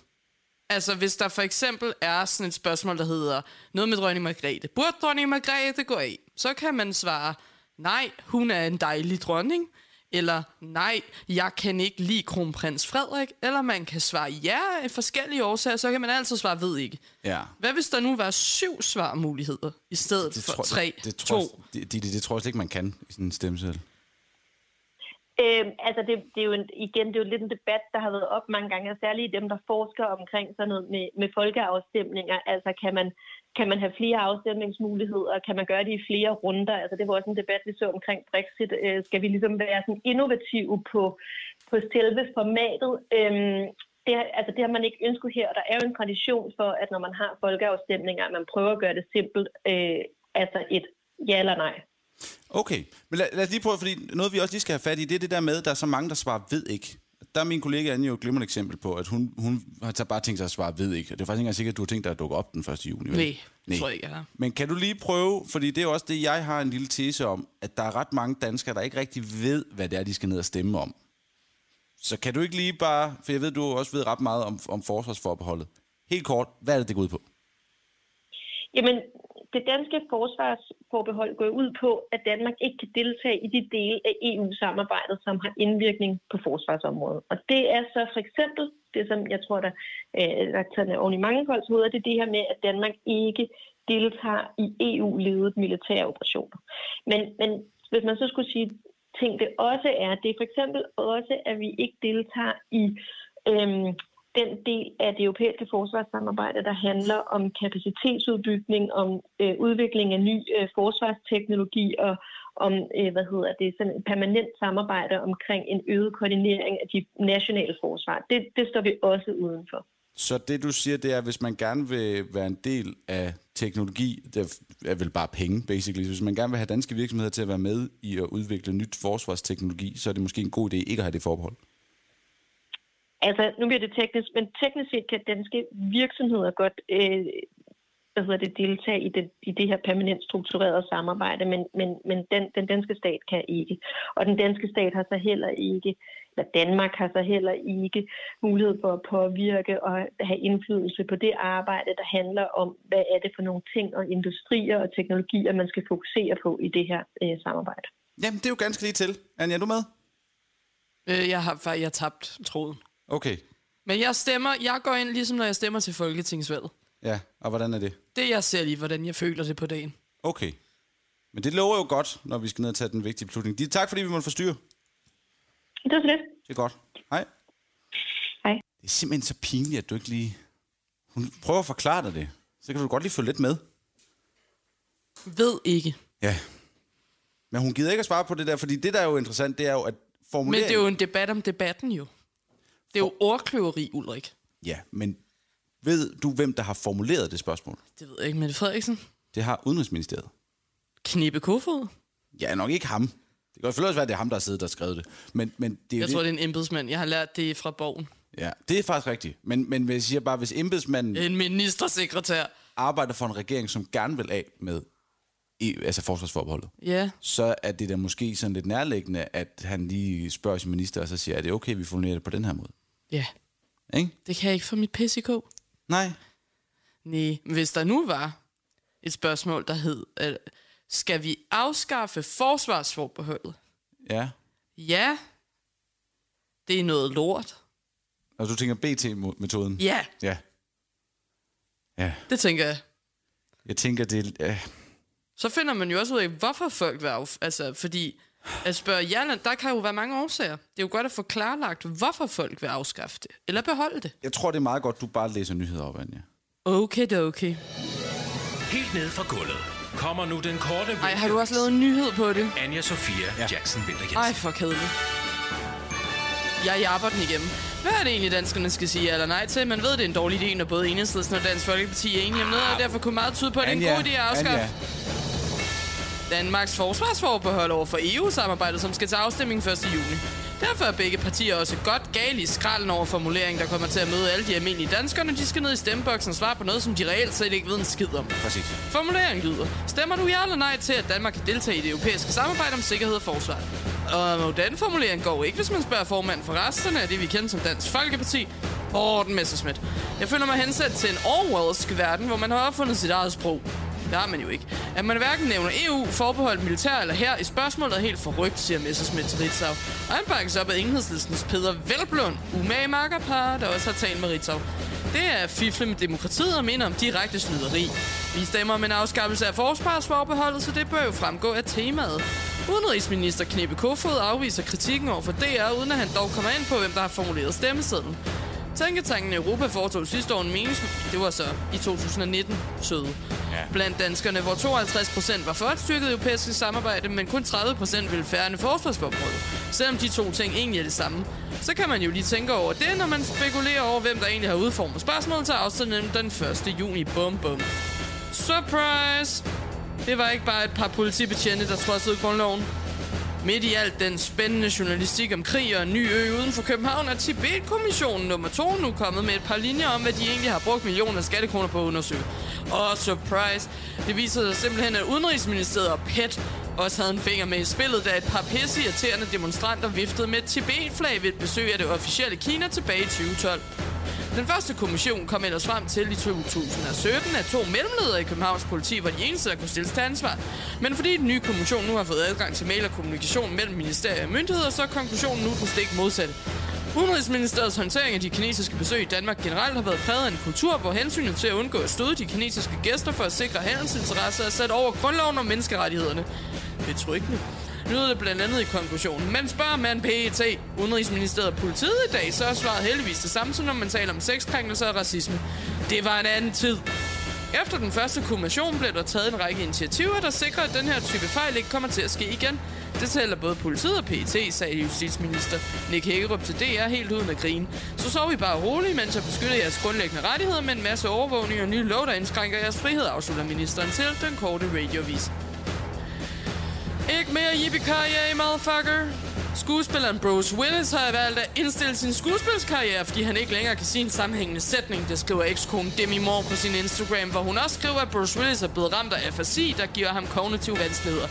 Speaker 1: Altså hvis der for eksempel er sådan et spørgsmål, der hedder noget med dronning Margrethe. Burde dronning Margrethe gå af? Så kan man svare, nej, hun er en dejlig dronning. Eller nej, jeg kan ikke lide kronprins Frederik. Eller man kan svare ja af forskellige årsager, så kan man altid svare ved ikke.
Speaker 2: Ja.
Speaker 1: Hvad hvis der nu var syv svarmuligheder i stedet
Speaker 2: Det
Speaker 1: for
Speaker 2: tror,
Speaker 1: tre,
Speaker 2: det, det, tror,
Speaker 1: to?
Speaker 2: jeg- det, det, det, det tror jeg slet ikke, man kan i sådan en stemmeseddel.
Speaker 6: Øh, altså det, det er jo en, igen, det er jo lidt en debat, der har været op mange gange, og særligt dem, der forsker omkring sådan noget med, med folkeafstemninger. Altså kan man, kan man have flere afstemningsmuligheder? Kan man gøre det i flere runder? Altså det var også en debat, vi så omkring Brexit. Øh, skal vi ligesom være sådan innovative på, på selve formatet? Øh, det, har- altså det har man ikke ønsket her, og der er jo en tradition for, at når man har folkeafstemninger, at man prøver at gøre det simpelt, øh, altså et ja eller nej.
Speaker 2: Okay, men lad, lad os lige prøve, fordi noget vi også lige skal have fat i, det er det der med, at der er så mange, der svarer ved ikke. Der er min kollega Anne jo et glimrende eksempel på, at hun, hun har så bare tænkt sig at svare ved ikke. Og det er faktisk ikke engang sikkert, at du har tænkt dig at dukke op den 1. juni. vel?
Speaker 1: Nej, det tror jeg ikke, jeg har.
Speaker 2: Men kan du lige prøve, fordi det er jo også det, jeg har en lille tese om, at der er ret mange danskere, der ikke rigtig ved, hvad det er, de skal ned og stemme om. Så kan du ikke lige bare, for jeg ved, du også ved ret meget om, om forsvarsforbeholdet. Helt kort, hvad er det, det går ud på?
Speaker 6: Jamen, det danske forsvarsforbehold går ud på, at Danmark ikke kan deltage i de dele af EU-samarbejdet, som har indvirkning på forsvarsområdet. Og det er så for eksempel, det som jeg tror, der, øh, der er taget oven i mange folks hoveder, det er det her med, at Danmark ikke deltager i EU-ledet militære operationer. Men, men hvis man så skulle sige ting, det også er, det er for eksempel også, at vi ikke deltager i øhm, den del af det europæiske forsvarssamarbejde, der handler om kapacitetsudbygning, om øh, udvikling af ny øh, forsvarsteknologi og om øh, hvad hedder det, sådan et permanent samarbejde omkring en øget koordinering af de nationale forsvar. Det, det står vi også udenfor.
Speaker 2: Så det, du siger, det er, hvis man gerne vil være en del af teknologi, det er vel bare penge, basically. Hvis man gerne vil have danske virksomheder til at være med i at udvikle nyt forsvarsteknologi, så er det måske en god idé ikke at have det forbehold.
Speaker 6: Altså, nu bliver det teknisk, men teknisk set kan danske virksomheder godt øh, hvad hedder det, deltage i det, i det her permanent strukturerede samarbejde, men, men, men den, den danske stat kan ikke. Og den danske stat har så heller ikke, eller Danmark har så heller ikke mulighed for at påvirke og have indflydelse på det arbejde, der handler om, hvad er det for nogle ting og industrier og teknologier, man skal fokusere på i det her øh, samarbejde.
Speaker 2: Jamen, det er jo ganske lige til. Anja, er du med?
Speaker 1: Øh, jeg har fa- jeg har tabt troen.
Speaker 2: Okay.
Speaker 1: Men jeg stemmer, jeg går ind ligesom når jeg stemmer til Folketingsvalget.
Speaker 2: Ja, og hvordan er det?
Speaker 1: Det jeg ser lige, hvordan jeg føler det på dagen.
Speaker 2: Okay. Men det lover jo godt, når vi skal ned og tage den vigtige beslutning. De- Tak, fordi vi måtte forstyrre.
Speaker 6: Det var så lidt.
Speaker 2: Det er godt. Hej.
Speaker 6: Hej.
Speaker 2: Det er simpelthen så pinligt, at du ikke lige... Hun prøver at forklare dig det. Så kan du godt lige følge lidt med.
Speaker 1: Ved ikke.
Speaker 2: Ja. Men hun gider ikke at svare på det der, fordi det, der er jo interessant, det er jo, at
Speaker 1: Men
Speaker 2: formuleringen...
Speaker 1: det er jo en debat om debatten jo. Det er jo ordkløveri, Ulrik.
Speaker 2: Ja, men ved du, hvem der har formuleret det spørgsmål?
Speaker 1: Det ved jeg ikke, Mette Frederiksen.
Speaker 2: Det har Udenrigsministeriet.
Speaker 1: Knippe Kofod.
Speaker 2: Ja, nok ikke ham. Det kan jo selvfølgelig også være, at det er ham, der har siddet der og skrevet det. Men, men det er jo
Speaker 1: Jeg
Speaker 2: det,
Speaker 1: tror, det er en embedsmand. Jeg har lært det fra bogen.
Speaker 2: Ja, det er faktisk rigtigt. Men, men jeg siger bare, hvis embedsmanden
Speaker 1: En ministersekretær.
Speaker 2: arbejder for en regering, som gerne vil af med EU, altså forsvarsforbeholdet,
Speaker 1: Ja,
Speaker 2: så er det da måske sådan lidt nærliggende, at han lige spørger sin minister, og så siger, er det okay, vi formulerer det på den her måde?
Speaker 1: ja.
Speaker 2: Ikke?
Speaker 1: Det kan jeg ikke få mit pis i kog.
Speaker 2: Nej.
Speaker 1: Nej, hvis der nu var et spørgsmål, der hed, øh, skal vi afskaffe forsvarsforbeholdet?
Speaker 2: Ja.
Speaker 1: Ja, det er noget lort.
Speaker 2: Og du tænker BT-metoden?
Speaker 1: Ja,
Speaker 2: Ja. Ja.
Speaker 1: det tænker jeg.
Speaker 2: Jeg tænker, det er... Øh,
Speaker 1: Så finder man jo også ud af, hvorfor folk vil af... Altså, fordi at spørge Jalland, der kan jo være mange årsager. Det er jo godt at få klarlagt, hvorfor folk vil afskaffe det. Eller beholde det.
Speaker 2: jeg tror, det er meget godt, du bare læser nyheder op, Anja.
Speaker 1: Okay, det er okay.
Speaker 5: Helt ned fra gulvet kommer nu den korte
Speaker 1: Ej,
Speaker 5: vinkel.
Speaker 1: har du også lavet en nyhed på det?
Speaker 5: Anja Sofia ja. Jackson Vinter Jensen.
Speaker 1: Ej, for kedeligt. Jeg japper den igennem. Hvad er det egentlig, danskerne skal sige ja eller nej til? Man ved, det er en dårlig idé, når både Enhedslisten og Dansk Folkeparti er enige om noget, og derfor kunne meget tyde på, at det er en
Speaker 2: Anja,
Speaker 1: god idé at afskaffe.
Speaker 2: Anja.
Speaker 1: Danmarks forsvarsforbehold over for EU-samarbejdet, som skal til afstemning 1. juni. Derfor er begge partier også godt gale i skralden over formuleringen, der kommer til at møde alle de almindelige danskere, når de skal ned i stemmeboksen og svare på noget, som de reelt set ikke ved en skid om.
Speaker 2: Præcis.
Speaker 1: Formuleringen lyder, stemmer du ja eller nej til, at Danmark kan deltage i det europæiske samarbejde om sikkerhed og forsvar? Og den formulering går ikke, hvis man spørger formanden for resterne af det, vi kender som Dansk Folkeparti, Morten Messerschmidt. Jeg føler mig hensat til en Orwellsk verden, hvor man har opfundet sit eget sprog. Det har man jo ikke. At man hverken nævner EU, forbehold, militær eller her i spørgsmålet er helt forrygt, siger Messerschmidt til Ritzau. Og han bakkes op af enhedslistens Peder Velblund, umage makkerpar, der også har talt med Ritzau. Det er at fifle med demokratiet og mener om direkte snyderi. Vi stemmer om en afskaffelse af forsvarsforbeholdet, så det bør jo fremgå af temaet. Udenrigsminister Knippe Kofod afviser kritikken over for DR, uden at han dog kommer ind på, hvem der har formuleret stemmesedlen. Tænketanken Europa foretog sidste år en menings... Det var så i 2019, søde. Ja. Blandt danskerne, hvor 52 procent var for et styrket europæisk samarbejde, men kun 30 procent ville færre forsvarsforbeholdet. Selvom de to ting egentlig er det samme. Så kan man jo lige tænke over det, når man spekulerer over, hvem der egentlig har udformet spørgsmålet til afstemningen den 1. juni. Bum, bum. Surprise! Det var ikke bare et par politibetjente, der trodsede grundloven. Midt i alt den spændende journalistik om krig og en ny ø uden for København er Tibet-kommissionen nummer 2 nu kommet med et par linjer om, hvad de egentlig har brugt millioner af skattekroner på at undersøge. Og surprise, det viser sig simpelthen, at Udenrigsministeriet og PET også havde en finger med i spillet, da et par pisseirriterende demonstranter viftede med et Tibet-flag ved et besøg af det officielle Kina tilbage i 2012. Den første kommission kom ellers frem til i 2017, at to mellemledere i Københavns politi var de eneste, der kunne stilles til ansvar. Men fordi den nye kommission nu har fået adgang til mail og kommunikation mellem ministerier og myndigheder, så er konklusionen nu den stik modsatte. Udenrigsministeriets håndtering af de kinesiske besøg i Danmark generelt har været præget af en kultur, hvor hensynet til at undgå at støde de kinesiske gæster for at sikre handelsinteresser er sat over grundloven og menneskerettighederne. Betryggende lyder det blandt andet i konklusionen. Men spørger man PET, Udenrigsministeriet og politiet i dag, så er svaret heldigvis det samme, som når man taler om sexkrænkelser og racisme. Det var en anden tid. Efter den første kommission blev der taget en række initiativer, der sikrer, at den her type fejl ikke kommer til at ske igen. Det tæller både politiet og PET, sagde justitsminister Nick Hækkerup til DR helt uden at grine. Så sov vi bare roligt, mens jeg beskytter jeres grundlæggende rettigheder med en masse overvågning og nye lov, der indskrænker jeres frihed, afslutter ministeren til den korte radiovis. Ikke mere yippie-karriere, motherfucker. Skuespilleren Bruce Willis har valgt at indstille sin skuespilskarriere, fordi han ikke længere kan sige en sammenhængende sætning. Det skriver ekskonen Demi Moore på sin Instagram, hvor hun også skriver, at Bruce Willis er blevet ramt af afasi, der giver ham kognitive vanskeligheder.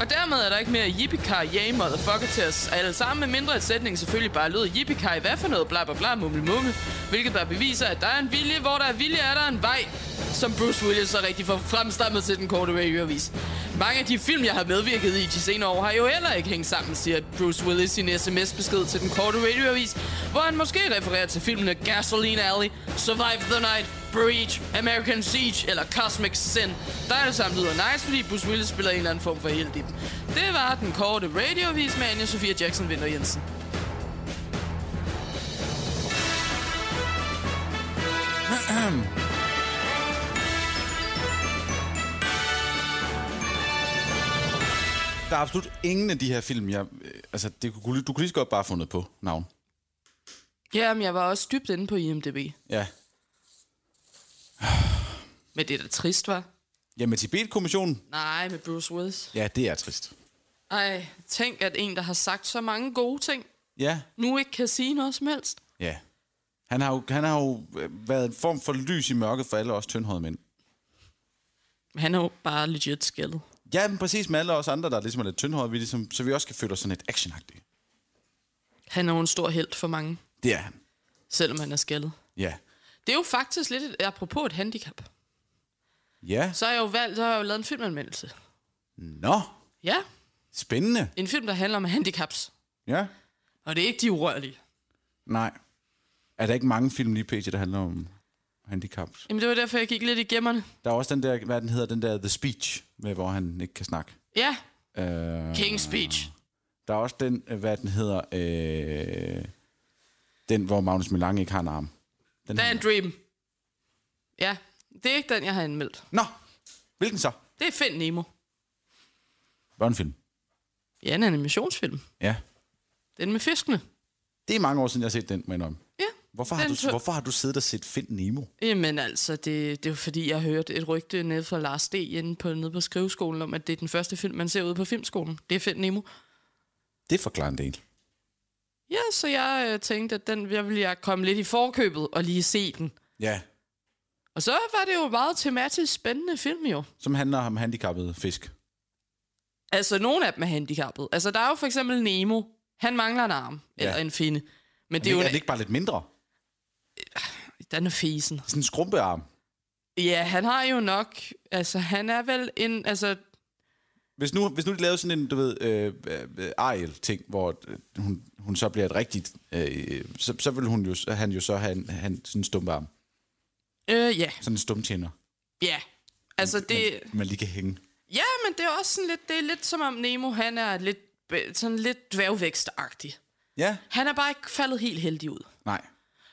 Speaker 1: Og dermed er der ikke mere yippie yay motherfucker til os alle sammen, med mindre at sætningen selvfølgelig bare lød yippie hvad for noget, bla bla bla, mumle mumle. Hvilket bare beviser, at der er en vilje, hvor der er vilje, er der en vej, som Bruce Willis så rigtig får fremstammet til den korte radioavis. Mange af de film, jeg har medvirket i de senere år, har jo heller ikke hængt sammen, siger Bruce Willis i sin sms-besked til den korte radioavis, hvor han måske refererer til filmene Gasoline Alley, Survive the Night, Breach, American Siege eller Cosmic Sin. Der er det samme lyder nice, fordi Bruce Willis spiller en eller anden form for helt i dem. Det var den korte radiovis med Anja Sofia Jackson Vinter Jensen.
Speaker 2: Der er absolut ingen af de her film, jeg... øh, Altså, det kunne, du kunne lige så godt bare have fundet på navn.
Speaker 1: Jamen, jeg var også dybt inde på IMDb.
Speaker 2: Ja.
Speaker 1: Men det er da trist, var.
Speaker 2: Ja, med Tibet-kommissionen.
Speaker 1: Nej, med Bruce Willis.
Speaker 2: Ja, det er trist.
Speaker 1: Ej, tænk, at en, der har sagt så mange gode ting,
Speaker 2: Ja,
Speaker 1: nu ikke kan sige noget som helst.
Speaker 2: ja. Han har jo, han har jo øh, været en form for lys i mørket for alle os tyndhårede mænd.
Speaker 1: Han er jo bare legit skældet.
Speaker 2: Ja, men præcis med alle os andre, der ligesom er lidt tyndhårede, vi ligesom, så vi også kan føle os sådan lidt actionagtige.
Speaker 1: Han er jo en stor held for mange,
Speaker 2: Det er han.
Speaker 1: selvom han er skældet.
Speaker 2: Ja.
Speaker 1: Det er jo faktisk lidt et, apropos et handicap.
Speaker 2: Ja.
Speaker 1: Så har jeg jo valgt, så har jeg jo lavet en filmanmeldelse.
Speaker 2: Nå,
Speaker 1: Ja,
Speaker 2: spændende.
Speaker 1: en film, der handler om handicaps.
Speaker 2: Ja.
Speaker 1: Og det er ikke de urørlige.
Speaker 2: Nej. Er der ikke mange film lige pt, der handler om handicaps?
Speaker 1: Jamen, det var derfor, jeg gik lidt i gemmerne.
Speaker 2: Der er også den der, hvad den hedder, den der The Speech, med, hvor han ikke kan snakke.
Speaker 1: Ja,
Speaker 2: Øh,
Speaker 1: King's Speech.
Speaker 2: der er også den, øh, hvad den hedder, øh, den, hvor Magnus Milange ikke har en arm. Den
Speaker 1: Dan Dream. Ja, det er ikke den, jeg har anmeldt.
Speaker 2: Nå, hvilken så?
Speaker 1: Det er Find Nemo.
Speaker 2: Børnefilm.
Speaker 1: Ja, en animationsfilm.
Speaker 2: Ja.
Speaker 1: Den med fiskene.
Speaker 2: Det er mange år siden, jeg har set den, men om.
Speaker 1: Ja,
Speaker 2: Hvorfor har,
Speaker 1: Den
Speaker 2: du,
Speaker 1: tog-
Speaker 2: hvorfor har du siddet og set Find Nemo?
Speaker 1: Jamen altså, det, det er jo fordi, jeg hørte et rygte nede fra Lars D. Inde på, nede på skriveskolen om, at det er den første film, man ser ude på filmskolen. Det er Find Nemo.
Speaker 2: Det forklarer en del.
Speaker 1: Ja, så jeg øh, tænkte, at den jeg ville jeg komme lidt i forkøbet og lige se den.
Speaker 2: Ja,
Speaker 1: Og så var det jo en meget tematisk spændende film jo.
Speaker 2: som handler om handicappede fisk.
Speaker 1: Altså, nogle af dem er handicappede. Altså, der er jo for eksempel Nemo. Han mangler en arm
Speaker 2: Ja.
Speaker 1: ja. eller en finde. Men det
Speaker 2: Det
Speaker 1: er
Speaker 2: er,
Speaker 1: jo...
Speaker 2: er det
Speaker 1: En,
Speaker 2: ikke bare lidt mindre?
Speaker 1: den er fesen.
Speaker 2: Sådan en skrumpearm.
Speaker 1: Ja, han har jo nok... Altså, han er vel en... Altså,
Speaker 2: Hvis nu, hvis nu de lavede sådan en, du ved, øh, øh, Ariel-ting, hvor øh, hun, hun så bliver et rigtigt... Øh, så, så vil hun jo, så- han jo så have en, han, sådan en stumpearm.
Speaker 1: øh, ja.
Speaker 2: Sådan en stumtjener,
Speaker 1: Ja. Altså, det...
Speaker 2: man lige kan hænge.
Speaker 1: Ja, men det er også sådan lidt... Det er lidt som om Nemo, han er lidt... Sådan lidt dværgvækstagtig.
Speaker 2: Ja,
Speaker 1: Han er bare ikke faldet helt heldig ud.
Speaker 2: nej.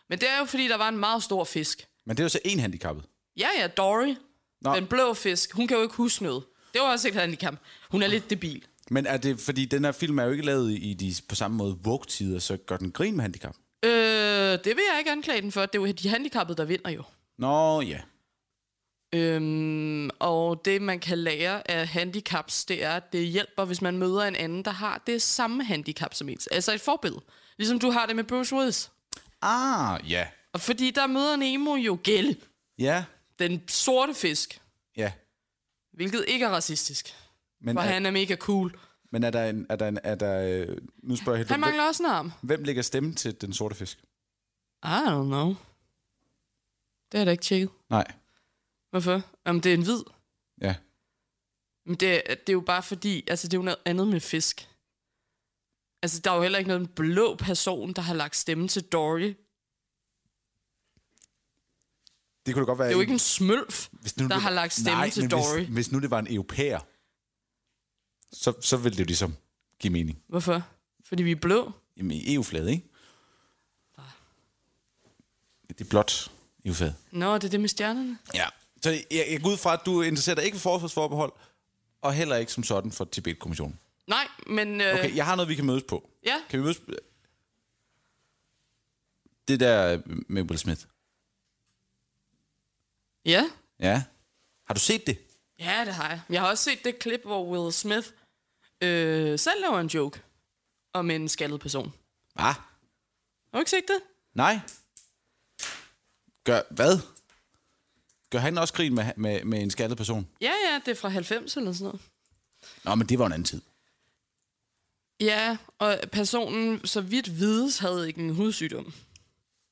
Speaker 1: Men det er jo, fordi der var en meget stor fisk.
Speaker 2: Men det er jo så en handicappet.
Speaker 1: Ja, ja, Dory.
Speaker 2: Nå.
Speaker 1: Nå. Den blå fisk. Hun kan jo ikke huske noget. Det var også et handicap. Hun er lidt debil.
Speaker 2: Men er det, fordi den her film er jo ikke lavet i de på samme måde woke-tider, så gør den grin med handicap?
Speaker 1: Øh, det vil jeg ikke anklage den for. Det er jo de handicappede, der vinder jo.
Speaker 2: Nå, ja.
Speaker 1: Øhm, og det, man kan lære af handicaps, det er, at det hjælper, hvis man møder en anden, der har det samme handicap som ens. Altså et forbillede. Ligesom du har det med Bruce Willis.
Speaker 2: Ah, ja.
Speaker 1: Og fordi der møder Nemo jo Gelle,
Speaker 2: Ja,
Speaker 1: den sorte fisk,
Speaker 2: ja.
Speaker 1: hvilket ikke er racistisk.
Speaker 2: Men,
Speaker 1: For
Speaker 2: er,
Speaker 1: han er mega cool.
Speaker 2: men er der en... Er der en er der, øh, nu spørger jeg helt...
Speaker 1: Han
Speaker 2: dumt, hvem-
Speaker 1: mangler også en arm.
Speaker 2: Hvem lægger stemme til den sorte fisk?
Speaker 1: I don't know. Det har jeg da ikke tjekket.
Speaker 2: Nej.
Speaker 1: Hvorfor? Om det er en hvid.
Speaker 2: Ja.
Speaker 1: Men det, er- det er jo bare fordi, altså det er jo noget andet med fisk. Altså, der er jo heller ikke noget blå person, der har lagt stemme til Dory. Det
Speaker 2: Det kunne det godt være...
Speaker 1: er jo
Speaker 2: en-
Speaker 1: ikke en smølf,
Speaker 2: Øh, hvis
Speaker 1: der
Speaker 2: det
Speaker 1: har
Speaker 2: var-
Speaker 1: lagt stemme
Speaker 2: Nej,
Speaker 1: til
Speaker 2: men
Speaker 1: Dory.
Speaker 2: Hvis, hvis nu det var en europæer, så, så ville det jo ligesom give mening.
Speaker 1: Hvorfor? Fordi vi er blå?
Speaker 2: Jamen, i EU-flade, ikke? Det er blot EU-flade.
Speaker 1: Nå, det er det med stjernerne.
Speaker 2: Ja. Så jeg, jeg går ud fra, at du interesserer dig ikke for forsvarsforbehold, og heller ikke som sådan for Tibet-kommissionen.
Speaker 1: Nej, men... Øh,
Speaker 2: Okay, jeg har noget, vi kan mødes på.
Speaker 1: Ja.
Speaker 2: Kan vi mødes... Det der med Will Smith.
Speaker 1: Ja.
Speaker 2: Ja. Har du set det?
Speaker 1: Ja, det har jeg. Jeg har også set det klip, hvor Will Smith øh, selv laver en joke om en skaldet person.
Speaker 2: Ah,
Speaker 1: Har du ikke set det?
Speaker 2: nej. Gør hvad? Gør han også grin med, med, med en skaldet person?
Speaker 1: Ja, ja, det er fra 90 eller sådan noget.
Speaker 2: Nå, men det var en anden tid.
Speaker 1: Ja, og personen, så vidt vides, havde ikke en hudsygdom.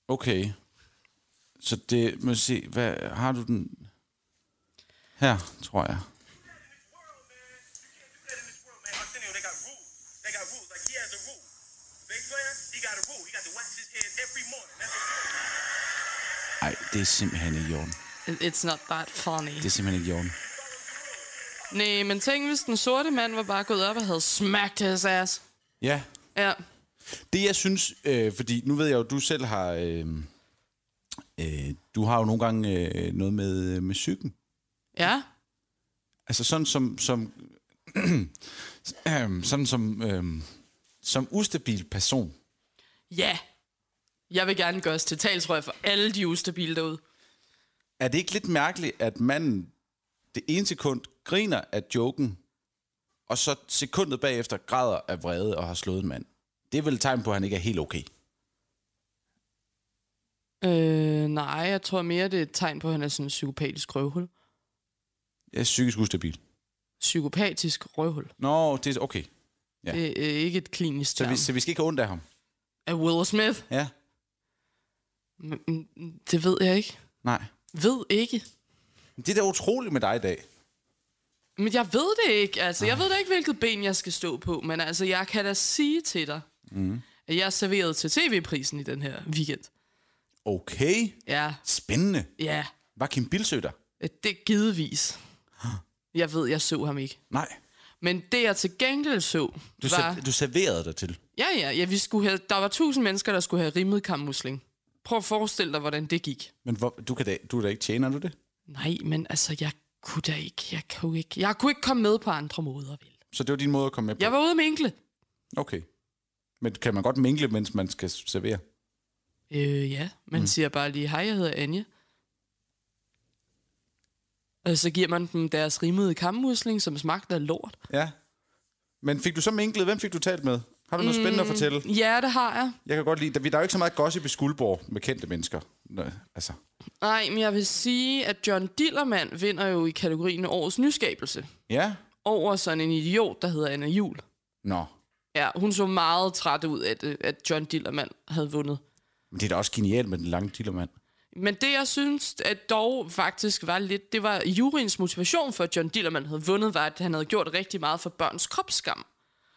Speaker 2: Okay. Så det... Må jeg se, hvad, har du den... Her, tror jeg.
Speaker 7: Arsenio, they got rules. They got rules. Like he has a rule. Big player, he got a rule. He got to wax his head every morning. That's a rule.
Speaker 2: Nej, det er simpelthen ikke i orden.
Speaker 1: It- It's not that funny.
Speaker 2: Det er simpelthen ikke i orden.
Speaker 1: Nej, men tænk, hvis den sorte mand var bare gået op og havde smagt his ass.
Speaker 2: Ja.
Speaker 1: Ja,
Speaker 2: Det jeg synes, øh, fordi nu ved jeg jo, du selv har... Øh, øh, du har jo nogle gange øh, noget med, med psyken.
Speaker 1: ja,
Speaker 2: Altså sådan som... som [CLEARS THROAT] øh, sådan som... Øh, som ustabil person.
Speaker 1: ja. Jeg vil gerne gøres til talsrøg for alle de ustabile derude.
Speaker 2: Er det ikke lidt mærkeligt, at manden det ene sekund griner af joken, og så sekundet bagefter græder af vrede og har slået en mand? Det er vel et tegn på, at han ikke er helt okay.
Speaker 1: Øh, nej, jeg tror mere, det er et tegn på, at han er sådan en psykopatisk røvhul.
Speaker 2: Jeg er psykisk ustabil.
Speaker 1: Psykopatisk røvhul.
Speaker 2: Nå, det er okay. Ja.
Speaker 1: Det er ikke et klinisk
Speaker 2: Så
Speaker 1: term.
Speaker 2: vi, så vi skal ikke have ondt af ham.
Speaker 1: Af Will Smith?
Speaker 2: Ja.
Speaker 1: Men, mm, Det ved jeg ikke.
Speaker 2: Nej.
Speaker 1: Ved ikke.
Speaker 2: Det er da utroligt med dig i dag.
Speaker 1: Men jeg ved det ikke. Altså, jeg ved da ikke, hvilket ben jeg skal stå på. Men altså, jeg kan da sige til dig, mm. at jeg er serveret til tv-prisen i den her weekend.
Speaker 2: Okay.
Speaker 1: Ja,
Speaker 2: Spændende.
Speaker 1: ja.
Speaker 2: Var Kim Bilsø der?
Speaker 1: Det er givetvis. Jeg ved, jeg så ham ikke.
Speaker 2: Nej.
Speaker 1: Men det, jeg til gengæld så,
Speaker 2: Du,
Speaker 1: var...
Speaker 2: ser, du serverede dig til.
Speaker 1: Ja, ja, ja vi skulle have... der var tusind mennesker, der skulle have rimmet kammusling. Prøv at forestille dig, hvordan det gik.
Speaker 2: Men hvor, du, kan da, du er da ikke tjener du det?
Speaker 1: Nej, men altså, jeg kunne da ikke. Jeg kunne ikke, jeg kunne ikke komme med på andre måder, vel?
Speaker 2: Så det var din måde at komme med på?
Speaker 1: Jeg var ude med enkle.
Speaker 2: Okay. Men kan man godt mingle, mens man skal servere?
Speaker 1: Øh, ja, man mm. siger bare lige, hej, jeg hedder Anja. Og så giver man dem deres rimede kammusling, som smagte af lort.
Speaker 2: Ja. Men fik du så minklet? Hvem fik du talt med? Har du noget mm. spændende at fortælle?
Speaker 1: Ja, det har jeg.
Speaker 2: Jeg kan godt lide, der, der er jo ikke så meget gossip i Skuldborg med kendte mennesker. Nå, altså,
Speaker 1: Nej, men jeg vil sige, at John Dillermand vinder jo i kategorien Årets Nyskabelse
Speaker 2: ja.
Speaker 1: over sådan en idiot, der hedder Anna Jul.
Speaker 2: Nå.
Speaker 1: Ja, hun så meget træt ud af, det, at John Dillermand havde vundet.
Speaker 2: Men det er da også genialt med den lange dillermand.
Speaker 1: Men det, jeg synes, at dog faktisk var lidt, det var juryens motivation for, at John Dillermand havde vundet, var, at han havde gjort rigtig meget for børns kropsskam.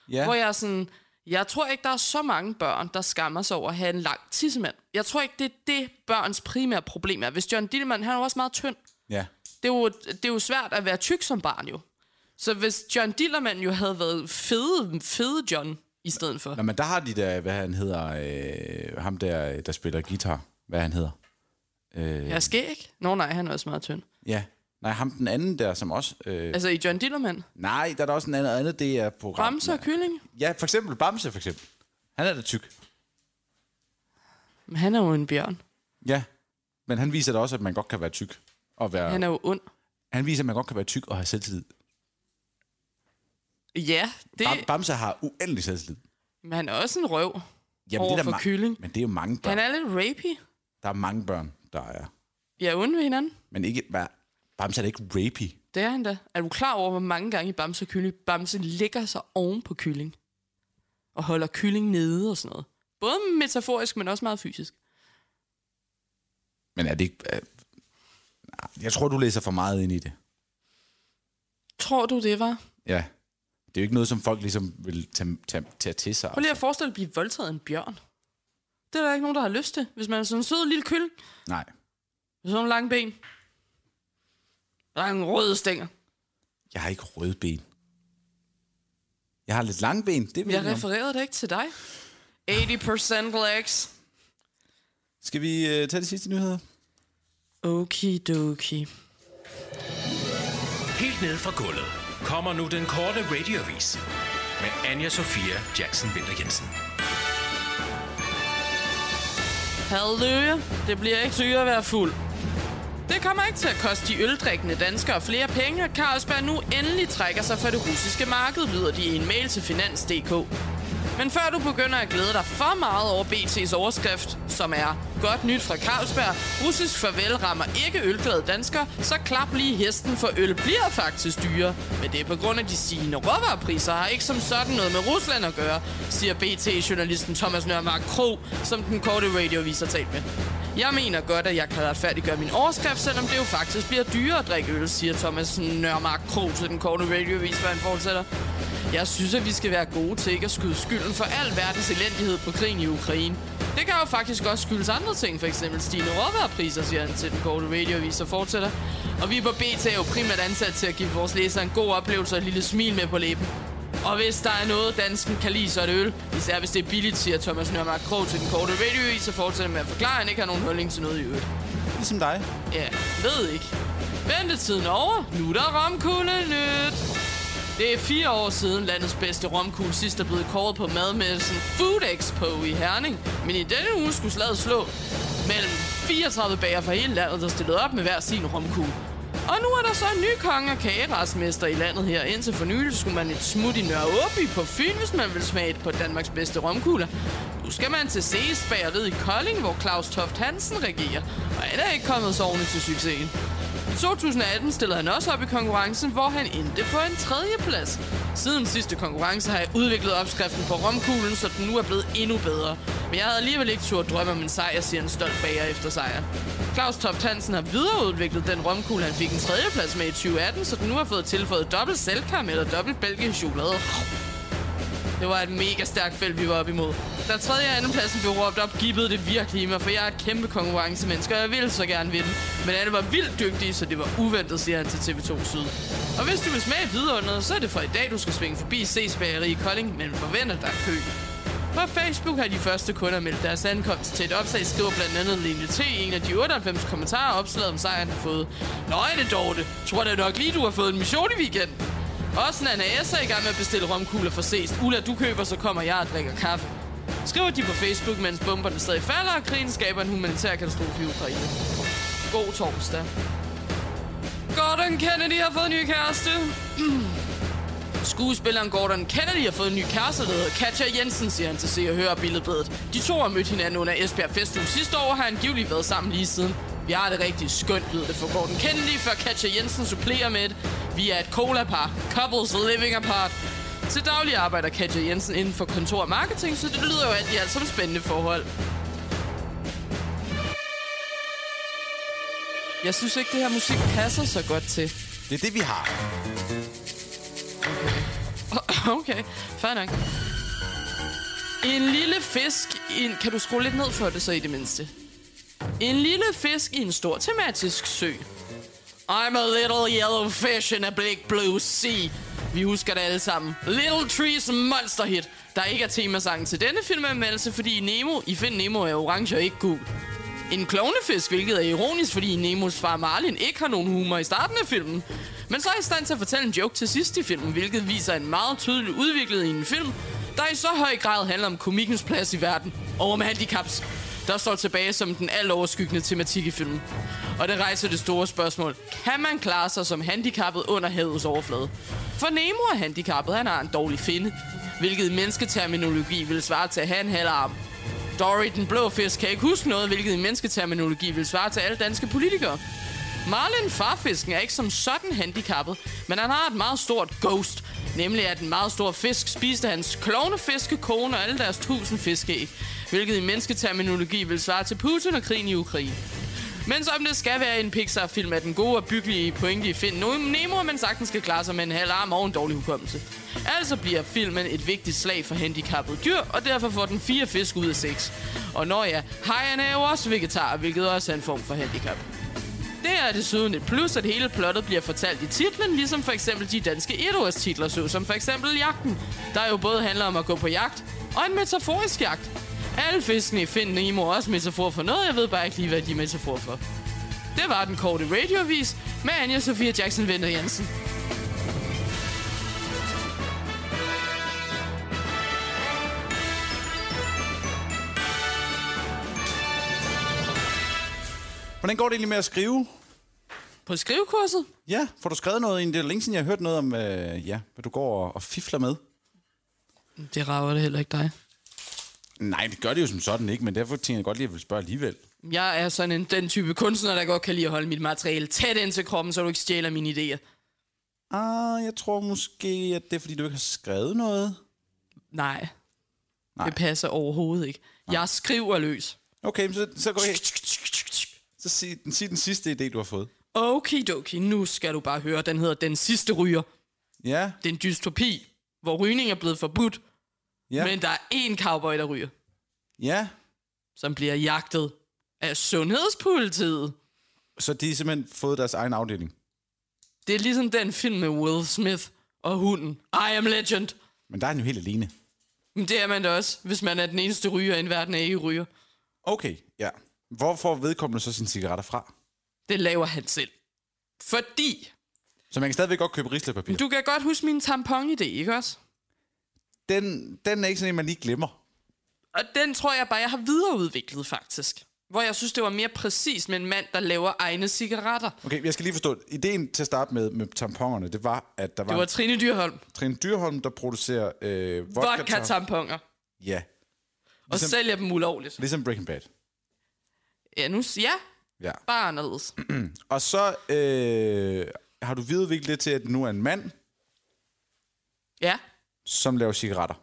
Speaker 2: Ja.
Speaker 1: Hvor jeg er sådan, jeg tror ikke, der er så mange børn, der skammer sig over at have en lang tissemand. Jeg tror ikke, det er det, børns primære problem er. Hvis John Dillermand, han er jo også meget tynd.
Speaker 2: ja.
Speaker 1: Det er, jo, det er jo svært at være tyk som barn jo. Så hvis John Dillermand jo havde været fede, fede John i stedet for.
Speaker 2: Nå, men der har de der, hvad han hedder, øh, ham der, øh, der spiller guitar, hvad han hedder.
Speaker 1: Jeg skal ikke. Nå nej, han er også meget tynd.
Speaker 2: Ja. Nej, ham den anden der, som også... Øh,
Speaker 1: Altså i John Dillermand.
Speaker 2: nej, der er der også en anden, andet det er program.
Speaker 1: Bamse og kylling.
Speaker 2: Ja, for eksempel Bamse, for eksempel. Han er da tyk.
Speaker 1: Men han er jo en bjørn.
Speaker 2: Ja. Men han viser da også, at man godt kan være tyk. Og være,
Speaker 1: Han
Speaker 2: han,
Speaker 1: er jo ond.
Speaker 2: han viser, at man godt kan være tyk og have selvtillid.
Speaker 1: Ja, det,
Speaker 2: Bam, Bamse har uendelig selvtillid.
Speaker 1: men han er også en røv.
Speaker 2: det er
Speaker 1: Overfor
Speaker 2: ma-
Speaker 1: kylling.
Speaker 2: Men det er jo mange børn.
Speaker 1: Han er lidt rapey.
Speaker 2: Der er mange børn, der er.
Speaker 1: Vi er onde ved hinanden.
Speaker 2: Men ikke, hvad, Bamse er da ikke rapey.
Speaker 1: Det er han da. Er du klar over, hvor mange gange i Bamse og Kylling, Bamse ligger sig oven på kylling? Og holder kylling nede og sådan noget. Både metaforisk, men også meget fysisk.
Speaker 2: Men er det ikke... Øh, nej, jeg tror, du læser for meget ind i det.
Speaker 1: Tror du, det var?
Speaker 2: Ja. Det er jo ikke noget, som folk ligesom vil tage, tage, tage til sig.
Speaker 1: Prøv lige at forestille dig at blive voldtaget af en bjørn. Det er der ikke nogen, der har lyst til. Hvis man er sådan en sød lille kylling,
Speaker 2: Nej.
Speaker 1: med sådan nogle lange ben. Der er en rød stænger.
Speaker 2: Jeg har ikke røde ben. Jeg har lidt lange ben. Det
Speaker 1: Jeg
Speaker 2: ved jeg
Speaker 1: refererede det ikke til dig. 80% legs.
Speaker 2: Skal vi øh, tage de sidste nyheder?
Speaker 1: Okidoki.
Speaker 5: Helt ned fra gulvet kommer nu den korte radiovis med Anja Sofia Jackson Vinter Jensen.
Speaker 1: Halleluja, det bliver ikke sygt at være fuld. Det kommer ikke til at koste de øldrikkende danskere flere penge, at Carlsberg nu endelig trækker sig fra det russiske marked, lyder de i en mail til Finans.dk. Men før du begynder at glæde dig for meget over BT's overskrift, som er Godt nyt fra Carlsberg, russisk farvel rammer ikke ølglade danskere, så klap lige hesten, for øl bliver faktisk dyrere. Men det er på grund af de stigende råvarepriser har ikke som sådan noget med Rusland at gøre, siger BT-journalisten Thomas Nørmark Kro, som den korte radiovis har talt med. Jeg mener godt, at jeg kan retfærdiggøre min overskrift, selvom det jo faktisk bliver dyrere at drikke øl, siger Thomas Nørmark Kro til den korte radiovis, hvor han fortsætter. Jeg synes, at vi skal være gode til ikke at skyde skylden for al verdens elendighed på krigen i Ukraine. Det kan jo faktisk også skyldes andre ting, for eksempel stigende råvarepriser, siger han til den korte radioavis og fortsætter. Og vi på BT er jo primært ansat til at give vores læsere en god oplevelse og et lille smil med på læben. Og hvis der er noget, dansken kan lide, så er det øl. Især hvis det er billigt, siger Thomas Nørmark Krog til den korte radioavis og fortsætter med at forklare, at han ikke har nogen holdning til noget i øvrigt.
Speaker 2: Ligesom dig.
Speaker 1: Ja, ved ikke. Ventetiden er over. Nu er der romkugle nyt. Det er fire år siden landets bedste romkugle sidst er blevet kåret på madmessen Food Expo i Herning. Men i denne uge skulle slaget slå mellem 34 bager fra hele landet, der stillede op med hver sin romkugle. Og nu er der så en ny konge og kageretsmester i landet her. Indtil for nylig skulle man et smut i Nørre Åby på Fyn, hvis man ville smage et på Danmarks bedste romkugler. Nu skal man til Seesbageriet i Kolding, hvor Claus Toft Hansen regerer. Og han er ikke kommet sovende til succesen. I 2018 stillede han også op i konkurrencen, hvor han endte på en tredjeplads. Siden sidste konkurrence har jeg udviklet opskriften på romkuglen, så den nu er blevet endnu bedre. Men jeg havde alligevel ikke tur at drømme om en sejr, siger en stolt bager efter sejr. Claus Toft Hansen har videreudviklet den romkugle, han fik en tredjeplads med i 2018, så den nu har fået tilføjet dobbelt selvkaramel og dobbelt belgisk chokolade. Det var et mega stærkt felt, vi var op imod. Da tredje og andenpladsen blev råbt op, gibbede det virkelig i mig, for jeg er et kæmpe konkurrencemenneske, og jeg ville så gerne vinde. Men alle var vildt dygtige, så det var uventet, siger han til TV2 Syd. Og hvis du vil smage vidunderet, så er det fra i dag, du skal svinge forbi C's Bageri i Kolding, men forvent, at der er kø. På Facebook har de første kunder meldt deres ankomst til et opslag, skriver blandt andet Lene T. i en af de 98 kommentarer, opslaget om sejren har fået. Nå, er det Dorte. Tror da nok lige, du har fået en mission i weekenden. Også Nana S. er i gang med at bestille romkugler for sest. Ulla, du køber, så kommer jeg og drikker kaffe. Skriver de på Facebook, mens bomberne stadig falder, og krigen skaber en humanitær katastrofe i Ukraine. God torsdag. Gordon Kennedy har fået en ny kæreste. Skuespilleren Gordon Kennedy har fået en ny kæreste, der hedder Katja Jensen, siger han til Se og Hør Billedbladet. De to har mødt hinanden under Esbjerg Festuge sidste år og har angiveligt været sammen lige siden. Vi har det rigtig skønt, lød det for Gordon Kennedy, før Katja Jensen supplerer med et. Vi er et cola-par. Couples living apart. Til daglig arbejder Katja Jensen inden for kontor og marketing, så det lyder jo alt i alt som et spændende forhold. Jeg synes ikke, det her musik passer så godt til.
Speaker 2: Det er det, vi har.
Speaker 1: [COUGHS] Okay, fair nok. En lille fisk i en... Kan du skrue lidt ned for det så i det mindste? En lille fisk i en stor tematisk sø. I'm a little yellow fish in a big blue sea. Vi husker det alle sammen. Little Trees monster hit. Der ikke er temasangen til denne filmanmeldelse, fordi Nemo i Find Nemo er orange og ikke gul. En klovnefisk, hvilket er ironisk, fordi Nemos far Marlin ikke har nogen humor i starten af filmen. Men så er i stand til at fortælle en joke til sidst i filmen, hvilket viser en meget tydelig udviklet i en film, der i så høj grad handler om komikens plads i verden og om handicaps, der står tilbage som den alt overskyggende tematik i filmen. Og det rejser det store spørgsmål. Kan man klare sig som handicappet under havets overflade? For Nemo er handicappet, han har en dårlig finde, hvilket i mennesketerminologi vil svare til at have en halv arm. Dory den blå fisk kan ikke huske noget, hvilket i mennesketerminologi vil svare til alle danske politikere. Marlin farfisken er ikke som sådan handicappet, men han har et meget stort ghost. Nemlig at en meget stor fisk spiste hans klovne fiskekone og alle deres tusind fiskeæg. Hvilket i mennesketerminologi vil svare til Putin og krigen i Ukraine. Men som det skal være en Pixar-film, er den gode og byggelige pointe i Find Nemo- Nemo, men sagtens skal klare sig med en halv arm og en dårlig hukommelse. Altså bliver filmen et vigtigt slag for handicappede dyr, og derfor får den fire fisk ud af seks. Og når ja, hejerne er jo også vegetar, hvilket også er en form for handicap. Det er desuden et plus, at hele plottet bliver fortalt i titlen, ligesom for eksempel de danske etårs titler, såsom for eksempel Jagten, der jo både handler om at gå på jagt, og en metaforisk jagt. Alle fiskene i Find Nemo er også metafor for noget, jeg ved bare ikke lige, hvad de er metafor for. Det var den korte radiovis med Anja Sofia Jackson Vinter Jensen.
Speaker 2: Hvordan går det egentlig med at skrive?
Speaker 1: På skrivekurset?
Speaker 2: Ja, får du skrevet noget egentlig? Det er længe siden, jeg har hørt noget om, øh, ja, hvad du går og, og fifler med.
Speaker 1: Det rager det heller ikke dig.
Speaker 2: Nej, det gør det jo som sådan ikke, men derfor tænker jeg godt lige, at jeg vil spørge alligevel.
Speaker 1: Jeg er sådan en, den type kunstner, der godt kan lide at holde mit materiale tæt ind til kroppen, så du ikke stjæler mine idéer.
Speaker 2: Ah, jeg tror måske, at det er, fordi du ikke har skrevet noget.
Speaker 1: Nej.
Speaker 2: Nej.
Speaker 1: Nej. Det passer overhovedet ikke. Nej. Jeg skriver løs.
Speaker 2: Okay, men så, så går jeg... Så sig, sig den sidste idé, du har fået.
Speaker 1: Okidoki, nu skal du bare høre. Den hedder Den Sidste Ryger.
Speaker 2: Ja,
Speaker 1: Det er en dystopi, hvor rygning er blevet forbudt.
Speaker 2: Ja.
Speaker 1: Ja. Men der er én cowboy, der ryger,
Speaker 2: ja.
Speaker 1: som bliver jagtet af sundhedspolitiet.
Speaker 2: Så de har simpelthen fået deres egen afdeling.
Speaker 1: Det er ligesom den film med Will Smith og hunden. I am legend.
Speaker 2: Men der er han jo helt alene.
Speaker 1: Men det er man da også, hvis man er den eneste ryger i en verden af ikke ryger.
Speaker 2: Okay, ja. Hvor får vedkommende så sine cigaretter fra?
Speaker 1: Det laver han selv. Fordi,
Speaker 2: Så man kan stadigvæk godt købe rislepapir. Du...
Speaker 1: du kan godt huske min tampon-idé, ikke også?
Speaker 2: Den, den er ikke sådan en, man lige glemmer.
Speaker 1: Og den tror jeg bare, jeg har videreudviklet faktisk. Hvor jeg synes, det var mere præcis med en mand, der laver egne cigaretter.
Speaker 2: Okay, jeg skal lige forstå. Ideen til at starte med, med tamponerne, det var, at der var,
Speaker 1: Det var Trine Dyrholm.
Speaker 2: Trine Dyrholm, der producerer øh, vodka, vodka
Speaker 1: Vodka-tamponer.
Speaker 2: Ja,
Speaker 1: Og
Speaker 2: Ligesom-
Speaker 1: sælger dem ulovligt.
Speaker 2: ligesom Breaking Bad.
Speaker 1: Ja, nu, s- ja,
Speaker 2: Ja.
Speaker 1: bare anderledes.
Speaker 2: Og så øh, har du videreudviklet det til, at det nu er en mand,
Speaker 1: Ja,
Speaker 2: som laver cigaretter.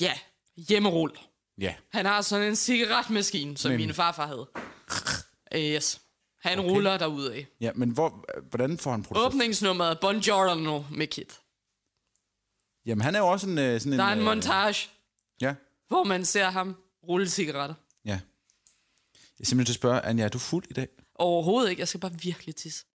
Speaker 1: ja, hjemmerul.
Speaker 2: Ja.
Speaker 1: Han har sådan en cigaretmaskine, som
Speaker 2: Men-
Speaker 1: Men... min farfar havde. Øh, Yes. Han okay. ruller derudad.
Speaker 2: Ja, men hvor, hvordan får han produceret?
Speaker 1: Åbningsnummeret er Buongiorno med Kit.
Speaker 2: Jamen, han er jo også en... øh, Sådan
Speaker 1: Der er en
Speaker 2: øh,
Speaker 1: montage,
Speaker 2: Ja,
Speaker 1: hvor man ser ham rulle cigaretter.
Speaker 2: ja. Jeg er simpelthen til at spørge, Anja, er du fuld i dag?
Speaker 1: Overhovedet ikke. Jeg skal bare virkelig tisse.